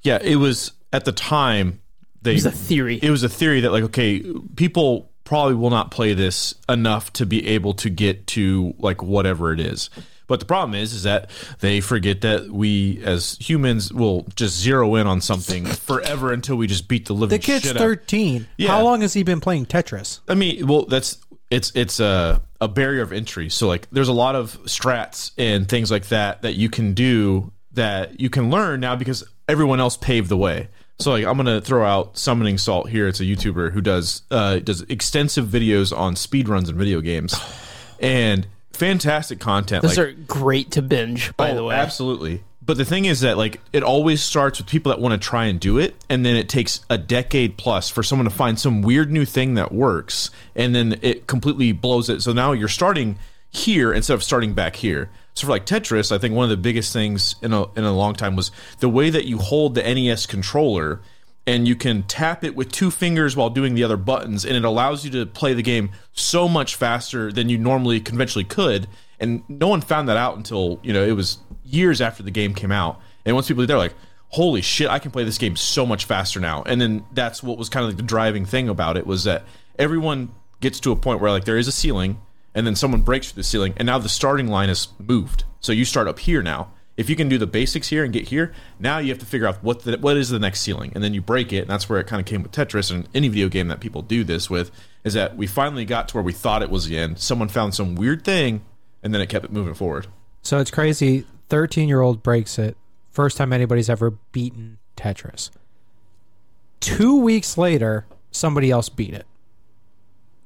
Speaker 4: yeah, it was at the time. They
Speaker 3: It was a theory.
Speaker 4: it was a theory that like okay people probably will not play this enough to be able to get to like whatever it is But the problem is, is that they forget that we as humans will just zero in on something forever until we just beat the living
Speaker 2: The kid's
Speaker 4: shit out-
Speaker 2: 13.
Speaker 4: Yeah.
Speaker 2: How long has he been playing Tetris?
Speaker 4: I mean, well, that's it's it's a a barrier of entry. So like, there's a lot of strats and things like that that you can do that you can learn now because everyone else paved the way. So like, I'm gonna throw out summoning salt here. It's a YouTuber who does uh, does extensive videos on speedruns and video games, and fantastic content.
Speaker 3: Those
Speaker 4: like,
Speaker 3: are great to binge, by
Speaker 4: Oh,
Speaker 3: the way.
Speaker 4: Absolutely. But the thing is that like it always starts with people that want to try and do it, and then it takes a decade plus for someone to find some weird new thing that works, and then it completely blows it. So now you're starting here instead of starting back here. So for like Tetris, I think one of the biggest things in a in a long time was the way that you hold the NES controller and you can tap it with two fingers while doing the other buttons and it allows you to play the game so much faster than you normally conventionally could and no one found that out until you know it was years after the game came out and once people did they're like holy shit i can play this game so much faster now and then that's what was kind of like the driving thing about it was that everyone gets to a point where like there is a ceiling and then someone breaks through the ceiling and now the starting line is moved so you start up here now if you can do the basics here and get here now you have to figure out what the, what is the next ceiling and then you break it and that's where it kind of came with tetris and any video game that people do this with is that we finally got to where we thought it was the end someone found some weird thing and then it kept it moving forward
Speaker 2: So it's crazy. 13 year old breaks it. First time anybody's ever beaten Tetris. Two weeks later, somebody else beat it.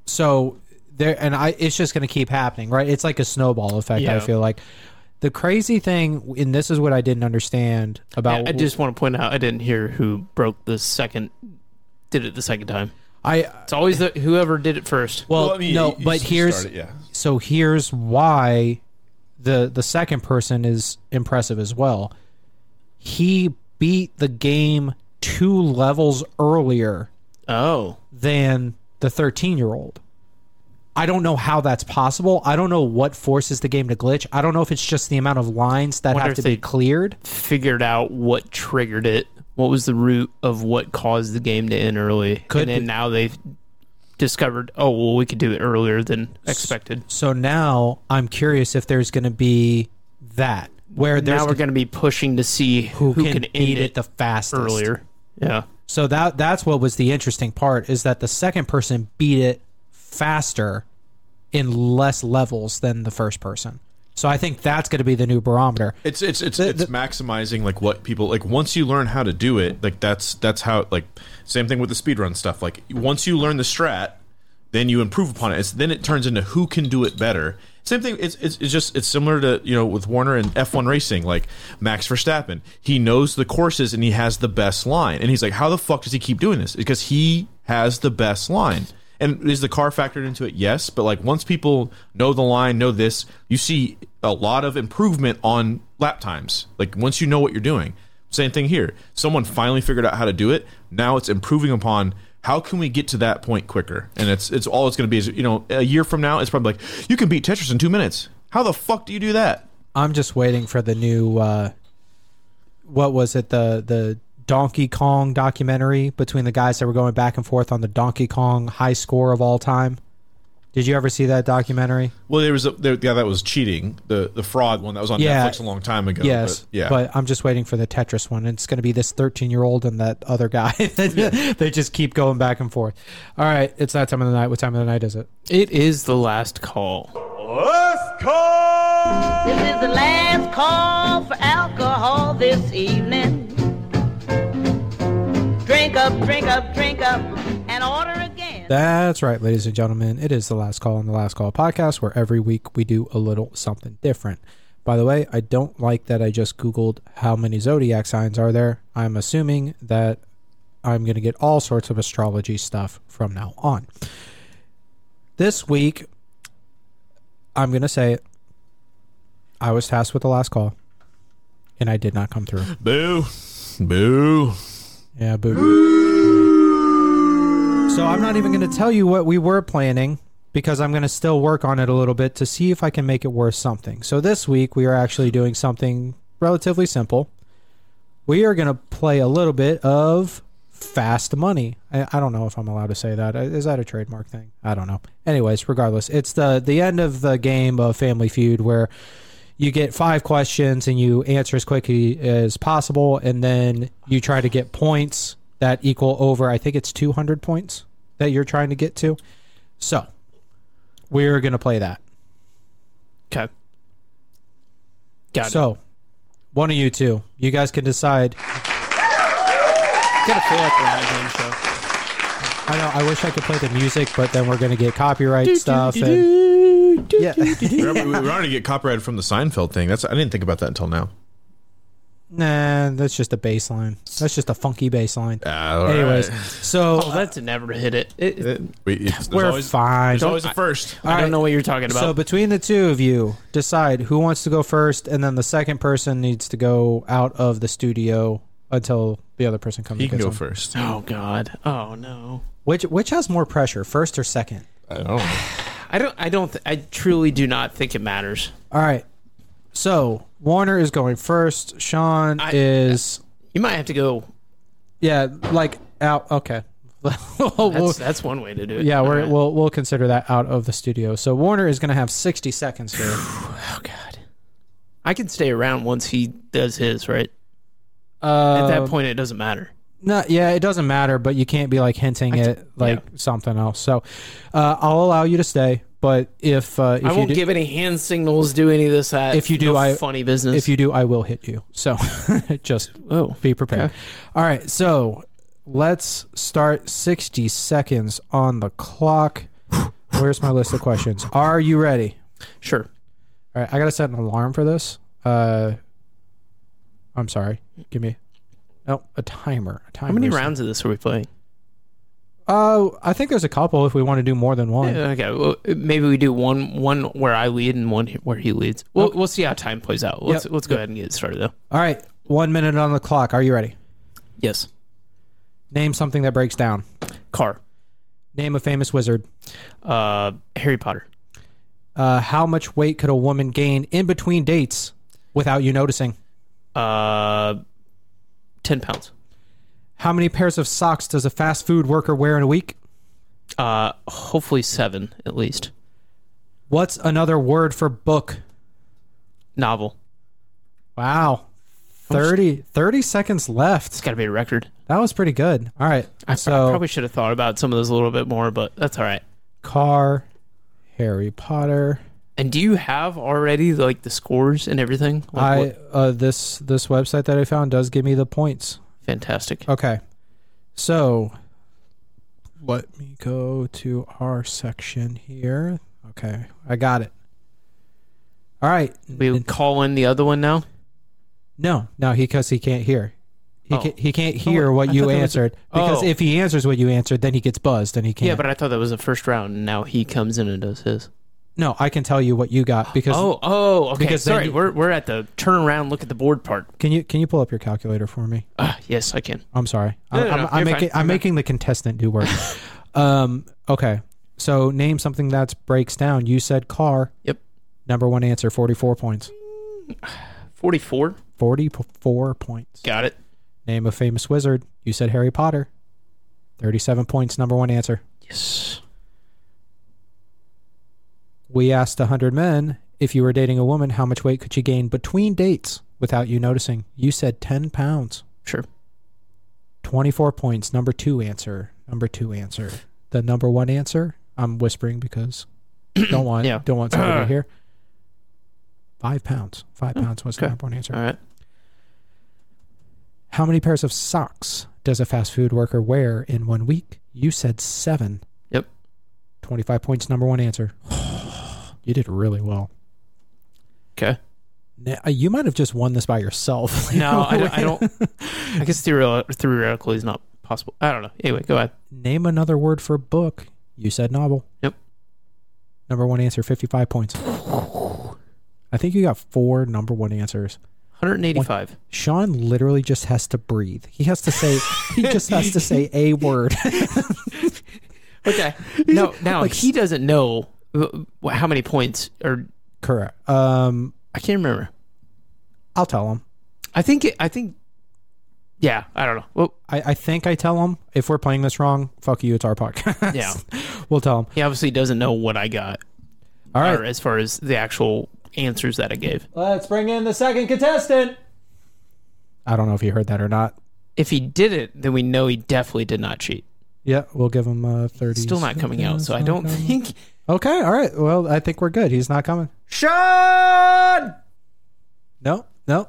Speaker 2: So there, and I, it's just going to keep happening, right? It's like a snowball effect, I
Speaker 3: Yeah.
Speaker 2: feel like. The crazy thing, and this is what I didn't understand about.
Speaker 3: I just want to point out I didn't hear who broke the second did it the second time.
Speaker 2: I
Speaker 3: It's always the whoever did it first.
Speaker 2: well,
Speaker 4: I mean,
Speaker 2: no,
Speaker 4: you- you
Speaker 2: but
Speaker 4: just
Speaker 2: here's
Speaker 4: started, yeah
Speaker 2: so here's why the the second person is impressive as well. He beat the game two levels earlier
Speaker 3: Oh,
Speaker 2: than the 13 year old. I don't know how that's possible. I don't know what forces the game to glitch. I don't know if it's just the amount of lines that
Speaker 3: Wonder
Speaker 2: have
Speaker 3: if
Speaker 2: to be
Speaker 3: they-
Speaker 2: cleared.
Speaker 3: figured out what triggered it. What was the root of what caused the game to end early?
Speaker 2: Could
Speaker 3: and then
Speaker 2: be.
Speaker 3: now they've discovered. Oh well, we could do it earlier than expected.
Speaker 2: So now I'm curious if there's going to be that where there's
Speaker 3: now we're going to be pushing to see who,
Speaker 2: who
Speaker 3: can,
Speaker 2: can,
Speaker 3: end
Speaker 2: beat
Speaker 3: it
Speaker 2: it the fastest
Speaker 3: earlier. Yeah,
Speaker 2: So that that's what was the interesting part is that the second person beat it faster in less levels than the first person. So I think that's going to be the new barometer.
Speaker 4: It's it's it's
Speaker 2: The-
Speaker 4: it's
Speaker 2: the-
Speaker 4: maximizing like what people like once you learn how to do it, like that's that's how like same thing with the speedrun stuff. Like once you learn the strat, then you improve upon it. It's then it turns into who can do it better. Same thing. It's, it's it's just it's similar to you know with Warner and F1 racing. Like Max Verstappen, he knows the courses and he has the best line. And he's like, how the fuck does he keep doing this? Because he has the best line. And is the car factored into it? Yes, but like once people know the line, know this, you see a lot of improvement on lap times. Like once you know what you're doing. Same thing here. Someone finally figured out how to do it. Now it's improving upon how can we get to that point quicker? And it's it's all it's going to be is you know a year from now it's probably like you can beat Tetris in two minutes. How the fuck do you do that?
Speaker 2: I'm just waiting for the new uh, what was it the the Donkey Kong documentary between the guys that were going back and forth on the Donkey Kong high score of all time. Did you ever see that documentary?
Speaker 4: Well, there was a there, yeah that was cheating the the fraud one that was on
Speaker 2: Yeah.
Speaker 4: Netflix a long time ago.
Speaker 2: Yes,
Speaker 4: but, yeah.
Speaker 2: But I'm just waiting for the Tetris one. It's going to be this 13 year old and that other guy. they just keep going back and forth. All right, it's that time of the night. What time of the night is it?
Speaker 3: it is the last call.
Speaker 1: Let's call!
Speaker 5: This is the last call for alcohol this evening. Drink up, drink up, drink up, and order again.
Speaker 2: That's right, ladies and gentlemen. It is the last call on the last call podcast, where every week we do a little something different. By the way, I don't like that I just Googled how many zodiac signs are there. I'm assuming that I'm going to get all sorts of astrology stuff from now on. This week, I'm going to say it. I was tasked with the last call, and I did not come through.
Speaker 4: Boo, boo.
Speaker 2: Yeah, boo. So I'm not even going to tell you what we were planning because I'm going to still work on it a little bit to see if I can make it worth something. So this week we are actually doing something relatively simple. We are going to play a little bit of Fast Money. I, I don't know if I'm allowed to say that. Uh, Is that a trademark thing? I don't know. Anyways, regardless, it's the the end of the game of Family Feud where you get five questions and you answer as quickly as possible, and then you try to get points that equal over. I think it's two hundred points that you're trying to get to. So we're gonna play that.
Speaker 3: Okay. Got it.
Speaker 2: So one of you two, you guys can decide.
Speaker 3: Gotta feel like we're on a game show.
Speaker 2: I know. I wish I could play the music, but then we're gonna get copyright stuff. And, yeah.
Speaker 4: Remember, we- we already get copyrighted from the Seinfeld thing. That's I didn't think about that until now.
Speaker 2: Nah, that's just a bass line. That's just a funky bass line.
Speaker 4: All
Speaker 2: Anyways,
Speaker 4: right.
Speaker 2: so
Speaker 3: Oh, that's a never hit it. It-
Speaker 4: It- we, it's, there's
Speaker 2: we're
Speaker 4: always,
Speaker 2: fine.
Speaker 4: There's always a first.
Speaker 3: I don't know what you're talking about.
Speaker 2: so between the two of you, decide who wants to go first, and then the second person needs to go out of the studio until the other person comes.
Speaker 4: He
Speaker 2: and
Speaker 4: can
Speaker 2: gets
Speaker 4: go
Speaker 2: him.
Speaker 4: first.
Speaker 3: oh God. Oh no.
Speaker 2: Which which has more pressure, first or second?
Speaker 4: I don't know.
Speaker 3: I don't. I don't. Th- I truly do not think it matters.
Speaker 2: All right. So Warner is going first. Sean is
Speaker 3: You might have to go.
Speaker 2: yeah, like out. Okay. We'll-
Speaker 3: That's that's one way to do it.
Speaker 2: yeah, we're,
Speaker 3: Alright.
Speaker 2: we'll we'll consider that out of the studio. So Warner is going to have sixty seconds here.
Speaker 3: Oh God. I can stay around once he does his right.
Speaker 2: Uh,
Speaker 3: At that point, it doesn't matter.
Speaker 2: No, yeah, it doesn't matter, but you can't be like hinting at like something else. So, uh, I'll allow you to stay, but if uh, if
Speaker 3: I
Speaker 2: you
Speaker 3: won't
Speaker 2: do,
Speaker 3: give any hand signals. Do any of this? That
Speaker 2: If you do,
Speaker 3: no
Speaker 2: I-
Speaker 3: funny business.
Speaker 2: if you do, I will hit you. So, just
Speaker 3: oh
Speaker 2: be prepared. All right, so let's start sixty seconds on the clock. Where's my list of questions? Are you ready?
Speaker 3: sure.
Speaker 2: All right, I gotta set an alarm for this. Uh, I'm sorry. Give me. No, a timer. A timer
Speaker 3: How many
Speaker 2: is-
Speaker 3: rounds of this are we playing?
Speaker 2: Uh, I think there's a couple if we want to do more than one.
Speaker 3: Uh, Okay, well, maybe we do one one where I lead and one where he leads. We'll we'll see how time plays out. Let's
Speaker 2: Yep.
Speaker 3: let's go ahead and get started though.
Speaker 2: All right, one minute on the clock. Are you ready?
Speaker 3: Yes,
Speaker 2: Name something that breaks down.
Speaker 3: car,
Speaker 2: Name a famous wizard.
Speaker 3: uh, Harry Potter,
Speaker 2: Uh, how much weight could a woman gain in between dates without you noticing?
Speaker 3: uh, ten pounds,
Speaker 2: How many pairs of socks does a fast food worker wear in a week?
Speaker 3: uh, hopefully seven at least.
Speaker 2: What's another word for book?
Speaker 3: Novel,
Speaker 2: Wow. 30, 30 seconds left.
Speaker 3: got to be a record.
Speaker 2: That was pretty good. All right. so,
Speaker 3: Probably should have thought about some of those a little bit more, but that's all right.
Speaker 2: car, Harry Potter.
Speaker 3: And do you have already like the scores and everything? Like,
Speaker 2: I
Speaker 3: what-
Speaker 2: uh, this this website that I found does give me the points.
Speaker 3: fantastic.
Speaker 2: Okay. So let me go to our section here. Okay. I got it. All right.
Speaker 3: we would call in the other one now.
Speaker 2: No, no, he because he can't hear. He,
Speaker 3: Oh.
Speaker 2: can, he can't hear
Speaker 3: wait,
Speaker 2: what
Speaker 3: I
Speaker 2: you
Speaker 3: thought that was-
Speaker 2: answered because
Speaker 3: Oh.
Speaker 2: if he answers what you answered, then he gets buzzed and he can't.
Speaker 3: Yeah, but I thought that was the first round, and now he comes in and does his.
Speaker 2: no, I can tell you what you got because
Speaker 3: Oh, oh, okay.
Speaker 2: because then
Speaker 3: Sorry,
Speaker 2: you-
Speaker 3: we're we're at the turn around, look at the board part.
Speaker 2: can you can you pull up your calculator for me?
Speaker 3: Ah, yes, I can.
Speaker 2: I'm sorry.
Speaker 3: No,
Speaker 2: I'm,
Speaker 3: no, no,
Speaker 2: I'm, I'm
Speaker 3: you're
Speaker 2: making
Speaker 3: fine,
Speaker 2: I'm
Speaker 3: you're
Speaker 2: making the contestant do work. um, okay. So name something that breaks down. You said car.
Speaker 3: Yep.
Speaker 2: Number one answer, 44 points.
Speaker 3: Forty-four.
Speaker 2: 44 points.
Speaker 3: Got it.
Speaker 2: Name a famous wizard. You said Harry Potter. 37 points, number one answer.
Speaker 3: Yes.
Speaker 2: We asked 100 men if you were dating a woman, how much weight could she gain between dates without you noticing? You said 10 pounds.
Speaker 3: Sure.
Speaker 2: 24 points, number two answer. Number two answer. The number one answer, I'm whispering because don't want
Speaker 3: Yeah.
Speaker 2: don't want somebody to hear. Five pounds. Five pounds was the
Speaker 3: Oh, okay.
Speaker 2: number one answer.
Speaker 3: All right.
Speaker 2: How many pairs of socks does a fast food worker wear in one week? You said seven.
Speaker 3: Yep.
Speaker 2: 25 points, number one answer. you did really well.
Speaker 3: Okay.
Speaker 2: Now, you might have just won this by yourself.
Speaker 3: No, I don't. I, don't, I guess theoretical, theoretically is not possible. I don't know. Anyway, go ahead.
Speaker 2: Name another word for book. You said novel.
Speaker 3: Yep.
Speaker 2: Number one answer, 55 points. I think you got four number one answers.
Speaker 3: One hundred and eighty-five.
Speaker 2: Sean literally just has to breathe. He has to say, he just has to say a word.
Speaker 3: Okay. No, now
Speaker 2: like-
Speaker 3: he doesn't know uh, how many points or
Speaker 2: Correct. Um,
Speaker 3: I can't remember.
Speaker 2: I'll tell him.
Speaker 3: I think. It, I think. Yeah, I don't know. Well,
Speaker 2: I, I think I tell him if we're playing this wrong, fuck you, it's our podcast.
Speaker 3: yeah.
Speaker 2: we'll tell him.
Speaker 3: He obviously doesn't know what I got.
Speaker 2: All
Speaker 3: or
Speaker 2: right.
Speaker 3: as far as the actual answers that I gave.
Speaker 2: Let's bring in the second contestant. I don't know if you heard that or not.
Speaker 3: If he did it, then we know he definitely did not cheat.
Speaker 2: Yeah, we'll give him uh, 30.
Speaker 3: Still not coming out, so I don't think.
Speaker 2: Okay, all right. Well, I think we're good. He's not coming.
Speaker 3: Sean!
Speaker 2: No, no.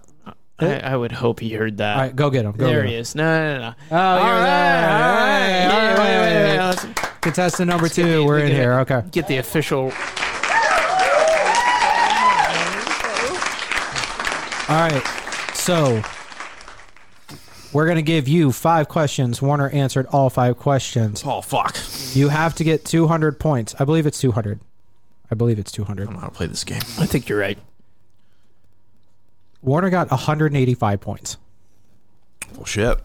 Speaker 3: I, I would hope he heard that.
Speaker 2: All right, go get him. Go
Speaker 3: there
Speaker 2: get
Speaker 3: he
Speaker 2: him.
Speaker 3: is. No, no, no.
Speaker 2: Oh, you're
Speaker 3: all right,
Speaker 2: there.
Speaker 3: all
Speaker 2: All
Speaker 3: right. Yeah, wait, wait, wait,
Speaker 2: right.
Speaker 3: let's
Speaker 2: Contestant number
Speaker 3: get
Speaker 2: two,
Speaker 3: the-
Speaker 2: we're in
Speaker 3: get the-
Speaker 2: here. Okay.
Speaker 3: Get the official.
Speaker 2: All right. So we're going to give you five questions. Warner answered all five questions.
Speaker 4: Oh fuck!
Speaker 2: You have to get 200 points. I believe it's 200. I believe it's 200.
Speaker 4: I'm not play this game.
Speaker 3: I think you're right.
Speaker 2: Warner got 185 points
Speaker 4: Well, shit.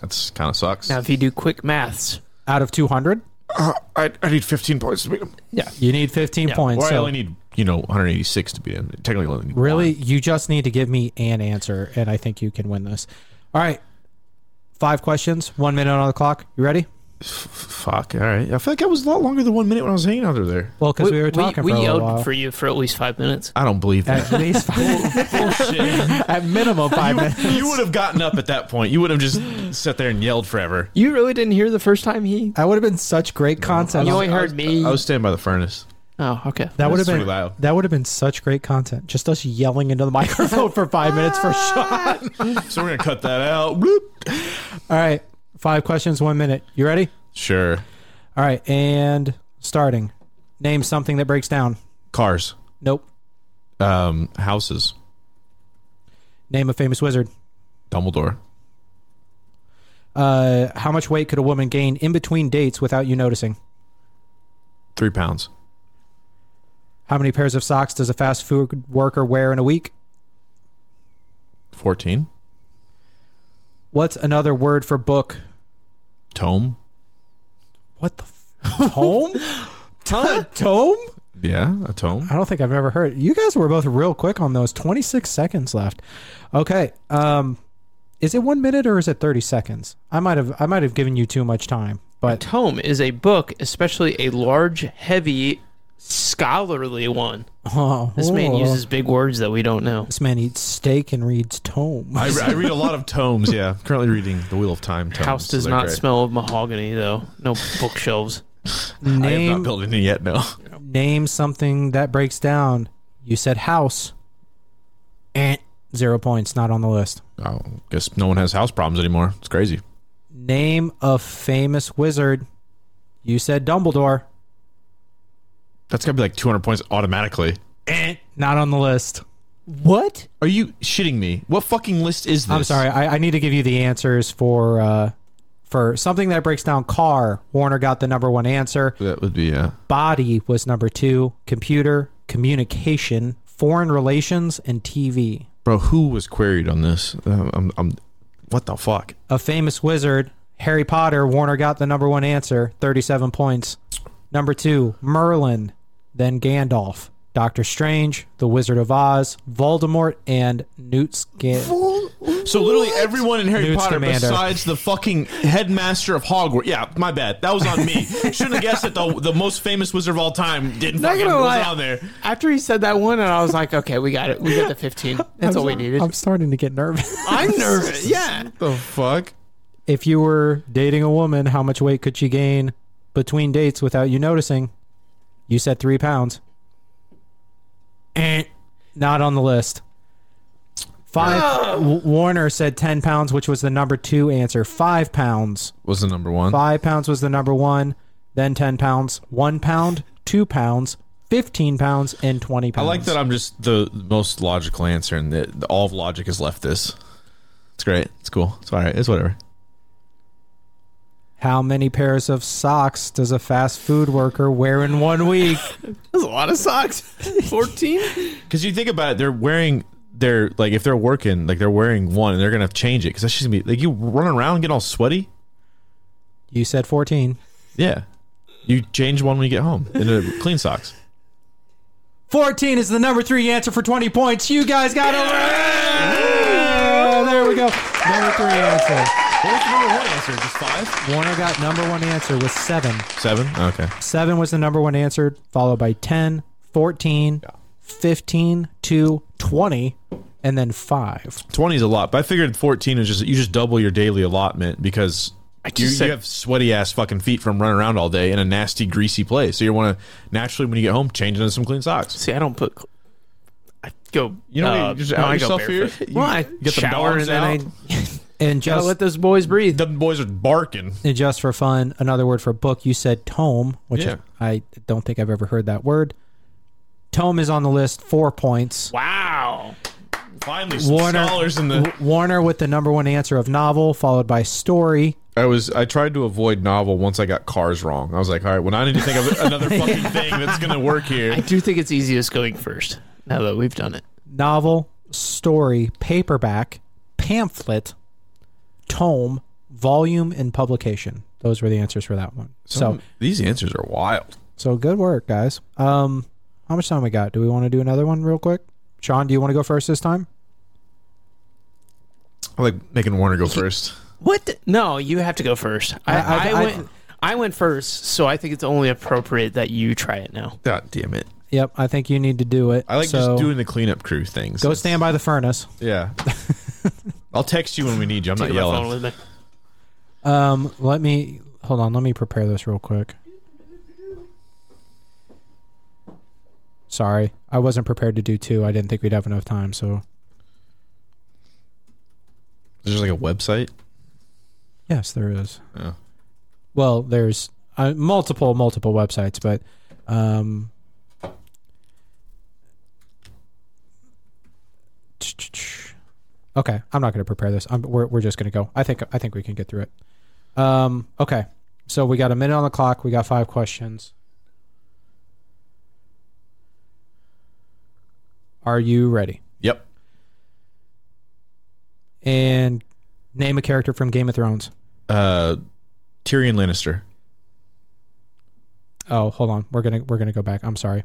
Speaker 4: That's kind of sucks.
Speaker 3: Now, if you do quick maths,
Speaker 2: out of 200.
Speaker 4: I, I need 15 points to beat him.
Speaker 2: You need 15 points.
Speaker 4: Or I
Speaker 2: so
Speaker 4: only need you know 186 to beat him. Technically, I only need
Speaker 2: really,
Speaker 4: one.
Speaker 2: you just need to give me an answer, and I think you can win this. All right. Five questions, one minute on the clock. You ready?
Speaker 4: Fuck. All right. I feel like I was a lot longer than one minute when I was hanging out there. there.
Speaker 2: Well, because we, were talking
Speaker 3: we
Speaker 2: for a little
Speaker 3: yelled
Speaker 2: while.
Speaker 3: for you for at least five minutes.
Speaker 4: I don't believe
Speaker 2: at
Speaker 4: that.
Speaker 2: least five, at minimum five minutes.
Speaker 4: you would have gotten up at that point. You would have just sat there and yelled forever.
Speaker 3: You really didn't hear the first time he.
Speaker 2: That would have been such great content.
Speaker 3: You only heard me.
Speaker 4: I was standing by the furnace.
Speaker 3: oh, okay.
Speaker 2: that would have
Speaker 4: That's
Speaker 2: been
Speaker 4: pretty loud.
Speaker 2: that would have been such great content. Just us yelling into the microphone for five minutes for Sean.
Speaker 4: So we're gonna cut that out. Bloop.
Speaker 2: All right, five questions, one minute. You ready?
Speaker 4: Sure.
Speaker 2: All right, and starting. Name something that breaks down.
Speaker 4: Cars.
Speaker 2: Nope.
Speaker 4: Um. Houses.
Speaker 2: Name a famous wizard.
Speaker 4: Dumbledore.
Speaker 2: Uh, how much weight could a woman gain in between dates without you noticing?
Speaker 4: Three pounds.
Speaker 2: How many pairs of socks does a fast food worker wear in a week?
Speaker 4: Fourteen.
Speaker 2: What's another word for book?
Speaker 4: Tome.
Speaker 2: What the f- tome? Tome? tome?
Speaker 4: Yeah, a tome.
Speaker 2: I don't think I've ever heard. You guys were both real quick on those. Twenty six seconds left. Okay. Um, is it one minute or is it thirty seconds? I might have I might have given you too much time, but
Speaker 3: Tome is a book, especially a large, heavy, scholarly one.
Speaker 2: oh,
Speaker 3: This man
Speaker 2: oh.
Speaker 3: uses big words that we don't know.
Speaker 2: this man eats steak and reads tome.
Speaker 4: I, I read a lot of tomes. Yeah, currently reading the Wheel of Time. Tomes,
Speaker 3: House
Speaker 4: so
Speaker 3: does
Speaker 4: they're
Speaker 3: not
Speaker 4: great.
Speaker 3: smell of mahogany, though. No bookshelves.
Speaker 4: I have
Speaker 2: name
Speaker 4: not built any yet. No.
Speaker 2: name something that breaks down. You said house. And zero points, not on the list.
Speaker 4: Oh, guess no one has house problems anymore. It's crazy.
Speaker 2: Name a famous wizard. You said Dumbledore,
Speaker 4: That's gotta be like 200 points automatically.
Speaker 2: not on the list.
Speaker 3: What?
Speaker 4: Are you shitting me? What fucking list is this?
Speaker 2: I'm sorry. I, I need to give you the answers for uh, for something that breaks down. Car. Warner got the number one answer.
Speaker 4: That would be uh,
Speaker 2: Body was number two. Computer, communication, foreign relations, and TV.
Speaker 4: bro. Who was queried on this? Uh, I'm, I'm, what the fuck?
Speaker 2: A famous wizard, Harry Potter. Warner got the number one answer. Thirty-seven points. Number two, Merlin, then Gandalf, Doctor Strange, The Wizard of Oz, Voldemort, and Newt Scamander.
Speaker 4: So literally everyone in Harry
Speaker 2: Newt
Speaker 4: Potter
Speaker 2: Scamander.
Speaker 4: besides the fucking headmaster of Hogwarts. Yeah, my bad. That was on me. Shouldn't have guessed that the the most famous wizard of all time didn't
Speaker 3: Not
Speaker 4: fucking
Speaker 3: gonna lie.
Speaker 4: was on there.
Speaker 3: After he said that one, and I was like, okay, we got it. We got the 15. That's all we needed.
Speaker 2: I'm starting to get nervous.
Speaker 3: I'm nervous. Yeah.
Speaker 4: The fuck?
Speaker 2: if you were dating a woman, how much weight could she gain between dates without you noticing? You said three pounds. Eh, Not on the list. Five. W- Warner said 10 pounds, which was the number two answer. Five pounds.
Speaker 4: Was the number one?
Speaker 2: Five pounds was the number one, then 10 pounds, one pound, two pounds, 15 pounds, and 20
Speaker 4: I
Speaker 2: pounds.
Speaker 4: like that. I'm just the most logical answer, and that all of logic has left this. It's great. It's cool. It's all right. It's whatever.
Speaker 2: How many pairs of socks does a fast food worker wear in one week?
Speaker 3: That's a lot of socks. 14?
Speaker 4: Because you think about it, they're wearing they're like if they're working, like they're wearing one, and they're gonna change it because that's just gonna be like you run around get all sweaty.
Speaker 2: you said 14.
Speaker 4: Yeah, you change one when you get home into clean socks.
Speaker 2: 14 is the number three answer for 20 points. You guys got over it. There we go. Number three answer.
Speaker 4: What was the number one answer? Just five,
Speaker 2: Warner got number one answer with seven.
Speaker 4: seven. Okay,
Speaker 2: Seven was the number one answer, followed by 10, 14, 15 to 20 and then 5.
Speaker 4: 20 is a lot, but I figured 14 is just you just double your daily allotment because
Speaker 3: just
Speaker 4: you,
Speaker 3: said-
Speaker 4: you have sweaty ass fucking feet from running around all day in a nasty, greasy place. So you want to naturally, when you get home, change into some clean socks.
Speaker 3: See, I don't put. I go.
Speaker 4: You know,
Speaker 3: uh,
Speaker 4: you just
Speaker 3: no,
Speaker 4: out
Speaker 3: I go
Speaker 4: yourself here.
Speaker 3: barefoot.
Speaker 4: You
Speaker 3: well, I
Speaker 4: get the
Speaker 3: shower
Speaker 4: dogs
Speaker 3: and then
Speaker 4: out.
Speaker 3: I
Speaker 2: And
Speaker 3: gotta
Speaker 2: just
Speaker 3: let those boys breathe.
Speaker 4: The boys are barking.
Speaker 2: and just for fun, another word for book, you said tome, which
Speaker 4: Yeah.
Speaker 2: I don't think I've ever heard that word. Tome is on the list, 4 points.
Speaker 3: wow.
Speaker 4: Finally, some
Speaker 2: Warner-
Speaker 4: scholars in the.
Speaker 2: W- Warner with the number one answer of novel, followed by story.
Speaker 4: I was. I tried to avoid novel once I got cars wrong. I was like, all right, well, now I need to think of another fucking thing that's gonna work
Speaker 3: I
Speaker 4: here.
Speaker 3: do think it's easiest going first. Now that we've done it,
Speaker 2: novel, story, paperback, pamphlet, tome, volume, and publication. Those were the answers for that one. So,
Speaker 4: These answers are wild.
Speaker 2: so good work, guys. Um, how much time we got? Do we want to do another one real quick? Sean, do you want to go first this time?
Speaker 4: I like making Warner go first.
Speaker 3: what? No, you have to go first. I,
Speaker 2: I-
Speaker 3: I,
Speaker 2: I-
Speaker 3: went. I went first, so I think it's only appropriate that you try it now.
Speaker 4: God damn it!
Speaker 2: Yep, I think you need to do it.
Speaker 4: I like
Speaker 2: So,
Speaker 4: just doing the cleanup crew things.
Speaker 2: Go stand by the furnace.
Speaker 4: Yeah. I'll text you when we need you. I'm not
Speaker 3: Take my phone
Speaker 4: yelling.
Speaker 3: with me.
Speaker 2: Um, let me hold on. Let me prepare this real quick. Sorry, I wasn't prepared to do two. I didn't think we'd have enough time. So
Speaker 4: There's like a website.
Speaker 2: yes, there is.
Speaker 4: Yeah.
Speaker 2: Well, there's uh, multiple multiple websites, but um, okay, I'm not going to prepare this. I'm, we're we're just going to go. I think I think we can get through it. Um, okay, so we got a minute on the clock. We got five questions. Are you ready?
Speaker 4: Yep.
Speaker 2: And name a character from Game of Thrones.
Speaker 4: Uh, Tyrion Lannister.
Speaker 2: Oh, hold on. We're gonna we're gonna go back. I'm sorry.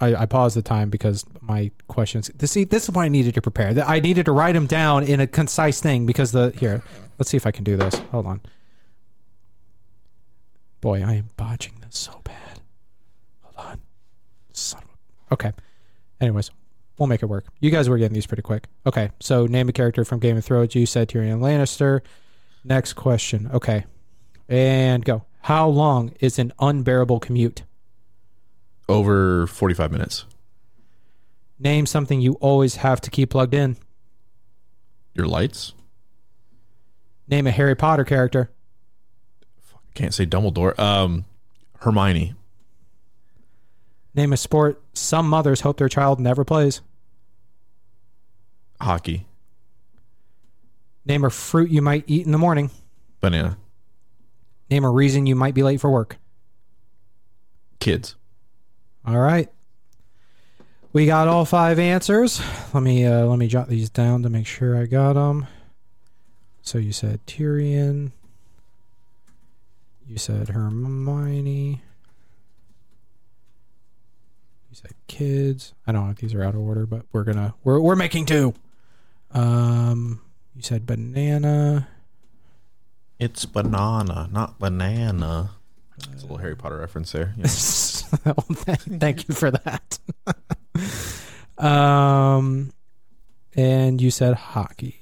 Speaker 2: I, I paused the time because my questions. This see, this is why I needed to prepare. That I needed to write them down in a concise thing because the here. Let's see if I can do this. Hold on. Boy, I am botching this so bad. Hold on. Son of a. Okay. Anyways, we'll make it work. You guys were getting these pretty quick. Okay, so name a character from Game of Thrones. You said Tyrion Lannister. Next question. Okay, and go. How long is an unbearable commute?
Speaker 4: Over 45 minutes.
Speaker 2: Name something you always have to keep plugged in.
Speaker 4: Your lights?
Speaker 2: Name a Harry Potter character.
Speaker 4: Can't say Dumbledore. Um, Hermione.
Speaker 2: Name a sport some mothers hope their child never plays.
Speaker 4: Hockey.
Speaker 2: Name a fruit you might eat in the morning.
Speaker 4: Banana.
Speaker 2: Name a reason you might be late for work.
Speaker 4: Kids.
Speaker 2: All right. We got all five answers. Let me uh, let me jot these down to make sure I got them. So you said Tyrion. You said Hermione. You said kids. I don't know if these are out of order, but we're gonna we're we're making two. Um, you said banana.
Speaker 4: It's banana, not banana. It's a little Harry Potter reference there. Yeah.
Speaker 2: Well, thank, thank you for that. um, and you said hockey.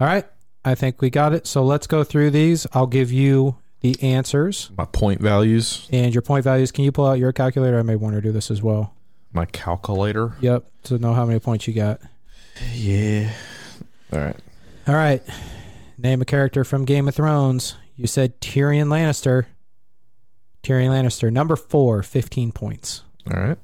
Speaker 2: All right, I think we got it. So let's go through these. I'll give you the answers
Speaker 4: my point values.
Speaker 2: and your point values. Can you pull out your calculator? I may want to do this as well.
Speaker 4: My calculator.
Speaker 2: Yep, to know how many points you got.
Speaker 4: Yeah. All right.
Speaker 2: All right, name a character from Game of Thrones. You said Tyrion Lannister. Tyrion Lannister, number four, 15 points.
Speaker 4: All right.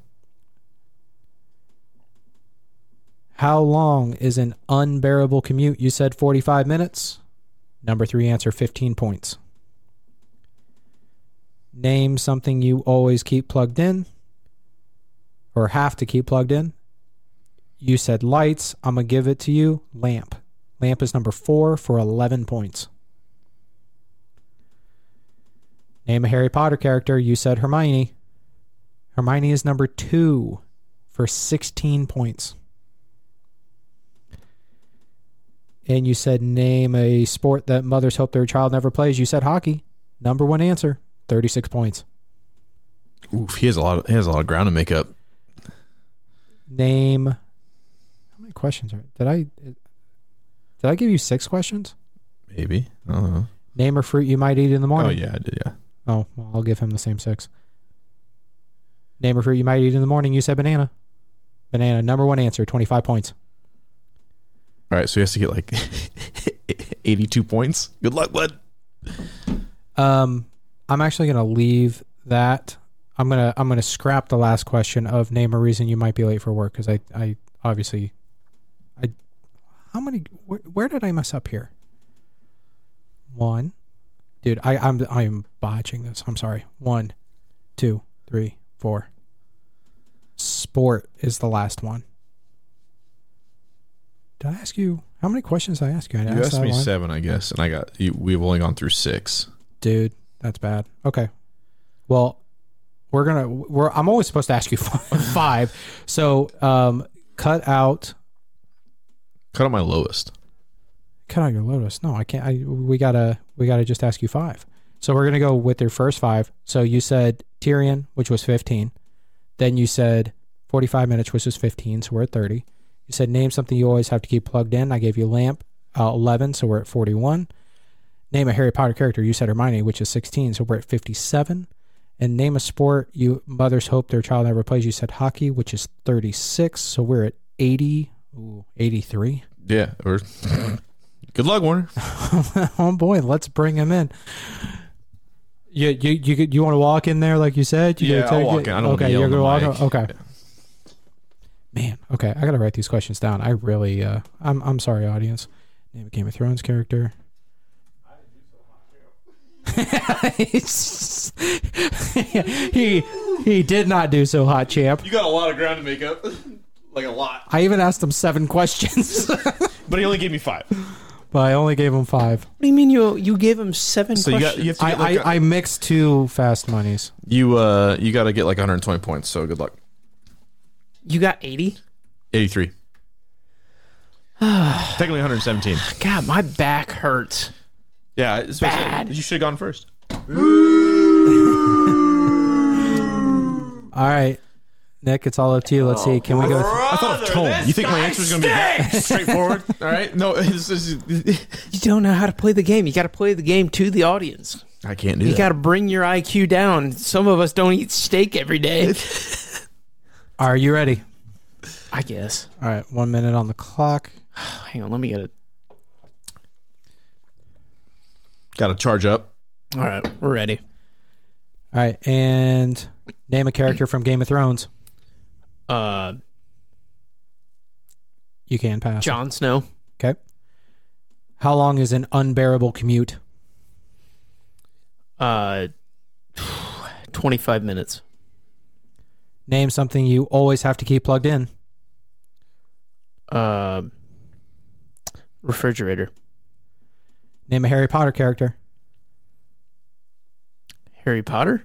Speaker 2: How long is an unbearable commute? You said 45 minutes. Number three answer 15 points. Name something you always keep plugged in or have to keep plugged in. You said lights. I'm going to give it to you. Lamp. Lamp is number four for 11 points. Name a Harry Potter character. You said Hermione. Hermione is number two for 16 points. and you said name a sport that mothers hope their child never plays, you said hockey. Number one answer, 36 points.
Speaker 4: Oof, he has a lot. Of, he has a lot of ground to make up.
Speaker 2: Name. How many questions are? Did I? Did I give you six questions?
Speaker 4: Maybe. I don't know.
Speaker 2: Name a fruit you might eat in the
Speaker 4: Oh
Speaker 2: morning.
Speaker 4: yeah, I did. Yeah.
Speaker 2: Oh, well, I'll give him the same six. Name a fruit you might eat in the morning. You said banana. Banana. Number one answer. Twenty-five points.
Speaker 4: All right, so he has to get like eighty-two points. Good luck, bud.
Speaker 2: Um, I'm actually gonna leave that. I'm gonna I'm gonna scrap the last question of name a reason you might be late for work because I I obviously I how many where, where did I mess up here? One, dude. I I'm I'm botching this. I'm sorry. One, two, three, four. Sport is the last one. Did I ask you how many questions? Did I ask you. I
Speaker 4: You asked me seven, I guess, and I got. You, we've only gone through six.
Speaker 2: dude that's bad okay well we're gonna we're i'm always supposed to ask you five so um cut out
Speaker 4: Cut out my lowest.
Speaker 2: cut out your lotus no i can't I, we gotta we gotta just ask you five so we're gonna go with your first five so you said tyrion which was 15 then you said 45 minutes which was 15 so we're at 30 you said name something you always have to keep plugged in i gave you lamp uh, 11 so we're at 41 name a harry potter character you said hermione which is 16 so we're at 57 and name a sport you mothers hope their child never plays you said hockey which is 36 so we're at 80 ooh, 83
Speaker 4: Yeah. Or good luck, Warner.
Speaker 2: oh boy, let's bring him in. You you you could- you want to walk in there like you said? You
Speaker 4: Yeah,
Speaker 2: gotta
Speaker 4: I'll
Speaker 2: take
Speaker 4: walk
Speaker 2: it-
Speaker 4: in. I don't wanna
Speaker 2: okay,
Speaker 4: yell
Speaker 2: you're
Speaker 4: in the
Speaker 2: gonna walk.
Speaker 4: mic.
Speaker 2: in- Okay. Man, okay, I gotta write these questions down. I really, uh, I'm I'm sorry, audience. Name a Game of Thrones character. he he did not do so hot, champ.
Speaker 4: You got a lot of ground to make up, like a lot.
Speaker 2: I even asked him seven questions,
Speaker 4: But he only gave me five.
Speaker 2: but I only gave him five.
Speaker 3: do you mean you you gave him seven
Speaker 4: So you got you have to
Speaker 2: I
Speaker 4: get like a-
Speaker 2: I, I mixed two fast monies.
Speaker 4: you uh you got to get like 120 points. So good luck.
Speaker 3: you got 80?
Speaker 4: 83. Technically 117.
Speaker 3: God, my back hurts.
Speaker 4: Yeah, it's supposed to-
Speaker 3: Bad.
Speaker 4: You should have gone first.
Speaker 2: All right, Nick, it's all up to you. Let's see. Can we go? With,
Speaker 4: I thought of tone. You think my answer is going to be that straightforward? All right. No, it's, it's,
Speaker 3: You don't know how to play the game. You got to play the game to the audience.
Speaker 4: I can't do
Speaker 3: You
Speaker 4: that.
Speaker 3: got to bring your IQ down. Some of us don't eat steak every day.
Speaker 2: are you ready?
Speaker 3: I guess.
Speaker 2: All right, one minute on the clock.
Speaker 3: Hang on, let me get it.
Speaker 4: Got to charge up.
Speaker 3: All right, we're ready.
Speaker 2: All right, and name a character from Game of Thrones.
Speaker 3: Uh,
Speaker 2: You can pass.
Speaker 3: Jon Snow.
Speaker 2: Okay. How long is an unbearable commute?
Speaker 3: Uh, 25 minutes.
Speaker 2: Name something you always have to keep plugged in.
Speaker 3: Uh, refrigerator.
Speaker 2: Name a Harry Potter character.
Speaker 3: Harry Potter.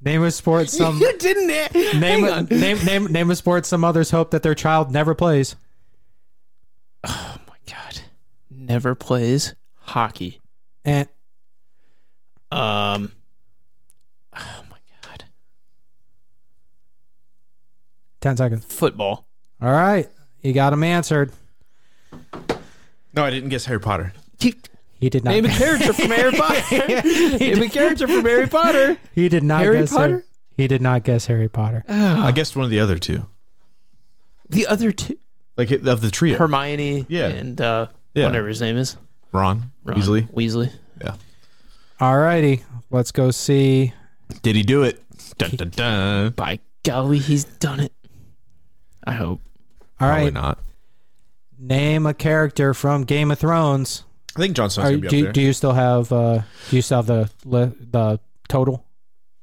Speaker 2: Name a sport some
Speaker 3: you didn't. e- Oh a-
Speaker 2: name
Speaker 3: Hang
Speaker 2: a,
Speaker 3: on.
Speaker 2: name name name a sport some others hope that their child never plays.
Speaker 3: Oh my god. Never plays hockey.
Speaker 2: And
Speaker 3: Um. Oh my god.
Speaker 2: ten seconds.
Speaker 3: Football.
Speaker 2: All right, you got him answered.
Speaker 4: No, I didn't guess Harry Potter.
Speaker 2: He did not.
Speaker 3: Name a character from Harry Potter. Name a character from Harry Potter.
Speaker 2: he did not
Speaker 3: Harry
Speaker 2: guess Har-
Speaker 3: Potter?
Speaker 2: he did not guess Harry Potter.
Speaker 4: I guessed one of the other two,
Speaker 3: The other two,
Speaker 4: like of the trio.
Speaker 3: Hermione.
Speaker 4: Yeah.
Speaker 3: And uh,
Speaker 4: Yeah.
Speaker 3: whatever his name is.
Speaker 4: Ron,
Speaker 3: Ron
Speaker 4: Weasley.
Speaker 3: Weasley.
Speaker 4: Yeah.
Speaker 2: Alrighty, let's go see.
Speaker 4: Did he do it? Dun, dun, dun.
Speaker 3: By golly, he's done it. I hope.
Speaker 2: All
Speaker 4: Probably
Speaker 2: right,
Speaker 4: not.
Speaker 2: name a character from Game of Thrones.
Speaker 4: I think John Snow's
Speaker 2: Are,
Speaker 4: gonna be up
Speaker 2: do,
Speaker 4: there.
Speaker 2: do you still have uh, do you still have the li- the total?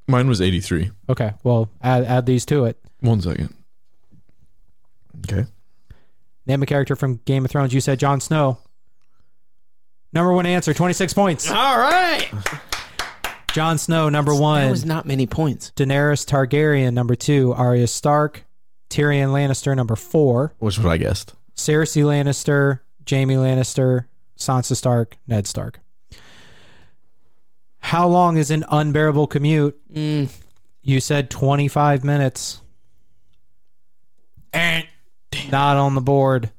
Speaker 4: Mine was 83.
Speaker 2: Okay, well add add these to it.
Speaker 4: One second. Okay.
Speaker 2: Name a character from Game of Thrones. You said Jon Snow. Number one answer, twenty six points.
Speaker 3: All right.
Speaker 2: Jon Snow, number one.
Speaker 3: That was not many points.
Speaker 2: Daenerys Targaryen, number two. Arya Stark, Tyrion Lannister, number four.
Speaker 4: Which one I guessed?
Speaker 2: Cersei Lannister, Jamie Lannister, Sansa Stark, Ned Stark. How long is an unbearable commute?
Speaker 3: Mm.
Speaker 2: You said 25 minutes. Eh, Not on the board.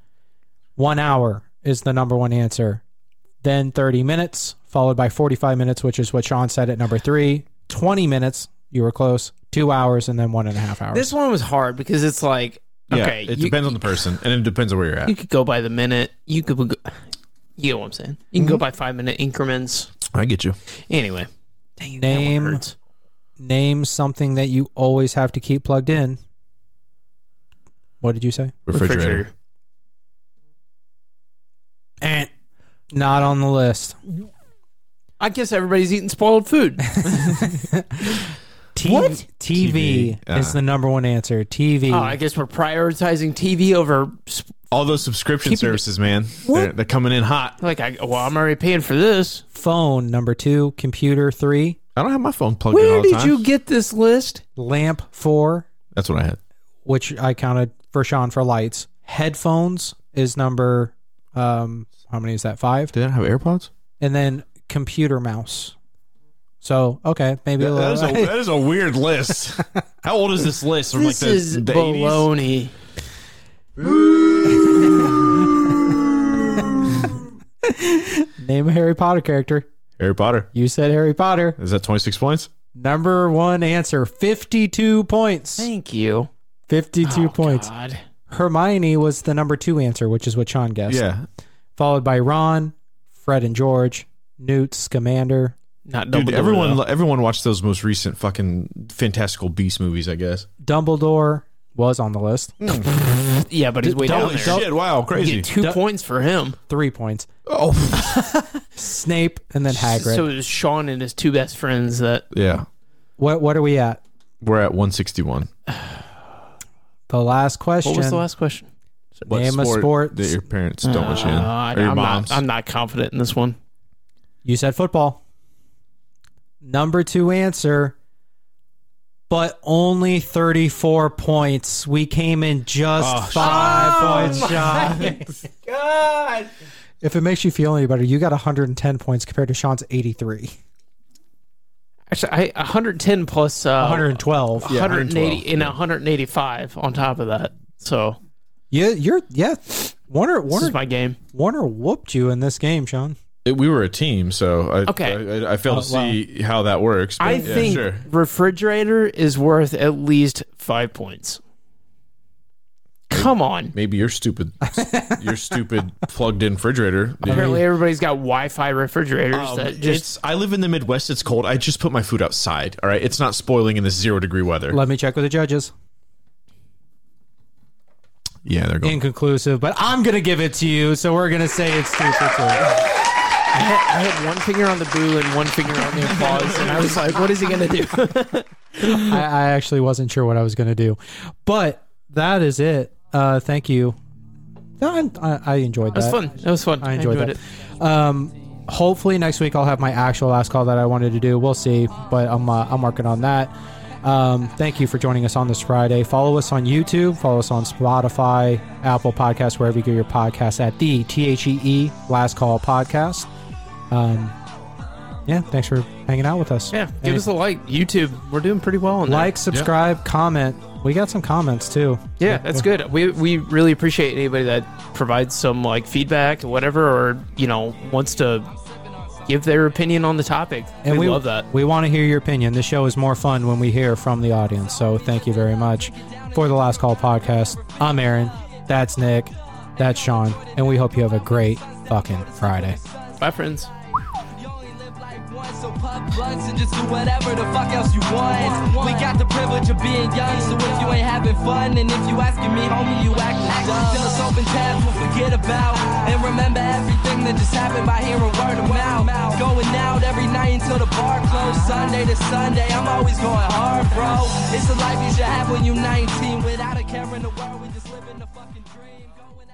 Speaker 2: One hour is the number one answer. Then 30 minutes, followed by 45 minutes, which is what Sean said at number three. 20 minutes, you were close. Two hours, and then one and a half hours.
Speaker 3: This one was hard because it's like
Speaker 4: Yeah,
Speaker 3: okay,
Speaker 4: it
Speaker 3: you,
Speaker 4: depends on the person, and it depends on where you're at.
Speaker 3: you could go by the minute. You could go, you know what I'm saying. You can
Speaker 4: Mm-hmm.
Speaker 3: go by five minute increments.
Speaker 4: I get you.
Speaker 3: Anyway, dang it, that one
Speaker 2: Name-
Speaker 3: hurts.
Speaker 2: Name something that you always have to keep plugged in. What did you say?
Speaker 4: Refrigerator.
Speaker 2: Eh, Not on the list.
Speaker 3: I guess everybody's eating spoiled food.
Speaker 2: T- what? TV,
Speaker 4: TV,
Speaker 2: is
Speaker 4: uh.
Speaker 2: the number one answer. TV.
Speaker 3: oh, I guess we're prioritizing TV over sp-
Speaker 4: All those subscription services, man. They're, they're coming in hot.
Speaker 3: like I. Well, I'm already paying for this.
Speaker 2: Phone, number two. Computer, three.
Speaker 4: I don't have my phone plugged in
Speaker 3: Where
Speaker 4: all the
Speaker 3: did
Speaker 4: time.
Speaker 3: you get this list?
Speaker 2: Lamp, four,
Speaker 4: That's what I had.
Speaker 2: which I counted for Sean for lights. Headphones is number, um, how many is that? Five?
Speaker 4: Did I have AirPods?
Speaker 2: And then computer mouse. So, okay, maybe a
Speaker 4: That
Speaker 2: little.
Speaker 4: is a, that is a weird list. How old is this list? From
Speaker 3: This
Speaker 4: like the,
Speaker 3: is
Speaker 4: the 80s?
Speaker 3: baloney.
Speaker 2: Name a Harry Potter character.
Speaker 4: Harry Potter.
Speaker 2: You said Harry Potter.
Speaker 4: Is that 26 points?
Speaker 2: Number one answer 52 points.
Speaker 3: Thank you.
Speaker 2: 52
Speaker 3: Two
Speaker 2: points.
Speaker 3: God.
Speaker 2: Hermione was the number two answer, which is what Sean guessed.
Speaker 4: Yeah.
Speaker 2: Followed by Ron, Fred and George, Newt, Scamander.
Speaker 3: Not
Speaker 4: Dude,
Speaker 3: Dumbledore,
Speaker 4: everyone
Speaker 3: though.
Speaker 4: everyone watched those most recent fucking Fantastical Beast movies, I guess.
Speaker 2: Dumbledore was on the list.
Speaker 3: Mm. Yeah, but he's way down
Speaker 4: Holy
Speaker 3: there.
Speaker 4: shit, wow,
Speaker 3: You
Speaker 4: crazy.
Speaker 3: get two points for him.
Speaker 2: Three points.
Speaker 4: Oh,
Speaker 2: Snape and then Hagrid.
Speaker 3: So it was Sean and his two best friends that
Speaker 4: yeah.
Speaker 2: what what are we at?
Speaker 4: We're at 161.
Speaker 2: The last question.
Speaker 3: What was the last question?
Speaker 4: What
Speaker 2: Name a sport.
Speaker 4: that your parents don't let you in?
Speaker 3: Uh,
Speaker 4: Or your
Speaker 3: I'm,
Speaker 4: moms?
Speaker 3: not, I'm not confident in this one.
Speaker 2: You said football. Number two answer, but only 34 points. We came in just five points shy. If it makes you feel any better, you got 110 points compared to Sean's 83.
Speaker 3: Actually, I 110 plus
Speaker 2: Oh.
Speaker 3: uh,
Speaker 2: 112.
Speaker 3: 180
Speaker 4: 112,
Speaker 3: and 185 on top of that. So
Speaker 2: Yeah, you're yeah. Warner
Speaker 3: this
Speaker 2: Warner
Speaker 3: is my game.
Speaker 2: Warner whooped you in this game, Sean.
Speaker 4: It- we were a team, so I,
Speaker 3: Okay. Oh,
Speaker 4: I, I, I fail to see how that works. but
Speaker 3: I
Speaker 4: yeah,
Speaker 3: think
Speaker 4: sure.
Speaker 3: refrigerator is worth at least five points. Come on.
Speaker 4: maybe your stupid, your stupid plugged-in refrigerator.
Speaker 3: Apparently, everybody's got Wi Fi refrigerators
Speaker 4: Um,
Speaker 3: that just.
Speaker 4: it's, I live in the Midwest. It's cold. I just put my food outside. All right, it's not spoiling in this zero-degree weather.
Speaker 2: Let me check with the judges.
Speaker 4: yeah, they're going.
Speaker 2: Inconclusive, but I'm gonna give it to you, so we're gonna say it's two for two.
Speaker 3: I, had, I had one finger on the boo and one finger on the applause, and I was like, what is he going to do?
Speaker 2: I, I actually wasn't sure what I was gonna do. But that is it. Uh thank you. I, I, I enjoyed that.
Speaker 3: It was fun. It was fun.
Speaker 2: I enjoyed
Speaker 3: that.
Speaker 2: that. Um, hopefully next week I'll have my actual last call that I wanted to do. We'll see, but I'm uh, I'm working on that. Um, thank you for joining us on this Friday. Follow us on YouTube. Follow us on Spotify, Apple Podcasts, wherever you get your podcasts at the T H E E Last Call Podcast. Um, yeah, thanks for hanging out with us.
Speaker 3: Yeah, give
Speaker 2: And
Speaker 3: us a like. YouTube, we're doing pretty well on that.
Speaker 2: like, subscribe, comment. We got some comments too.
Speaker 3: Yeah, that's good. We we really appreciate anybody that provides some like feedback, or whatever, or you know wants to give their opinion on the topic.
Speaker 2: And
Speaker 3: we,
Speaker 2: we
Speaker 3: love that.
Speaker 2: We want to hear your opinion. The show is more fun when we hear from the audience. So thank you very much for the Last Call podcast. I'm Aaron. That's Nick. That's Sean. And we hope you have a great fucking Friday.
Speaker 3: Bye, friends.
Speaker 6: You only live like once, so pop blunts and just do whatever the fuck else you want. We got the privilege of being young, so if you ain't having fun, and if you asking me, homie, you acting dumb. Still open tabs we'll forget about, and remember everything that just happened by hearing word of mouth. Going out every night until the bar closed, Sunday to Sunday, I'm always going hard, bro. It's the life you should have when you're 19, without a care in the world, we just living the fucking dream. Going out-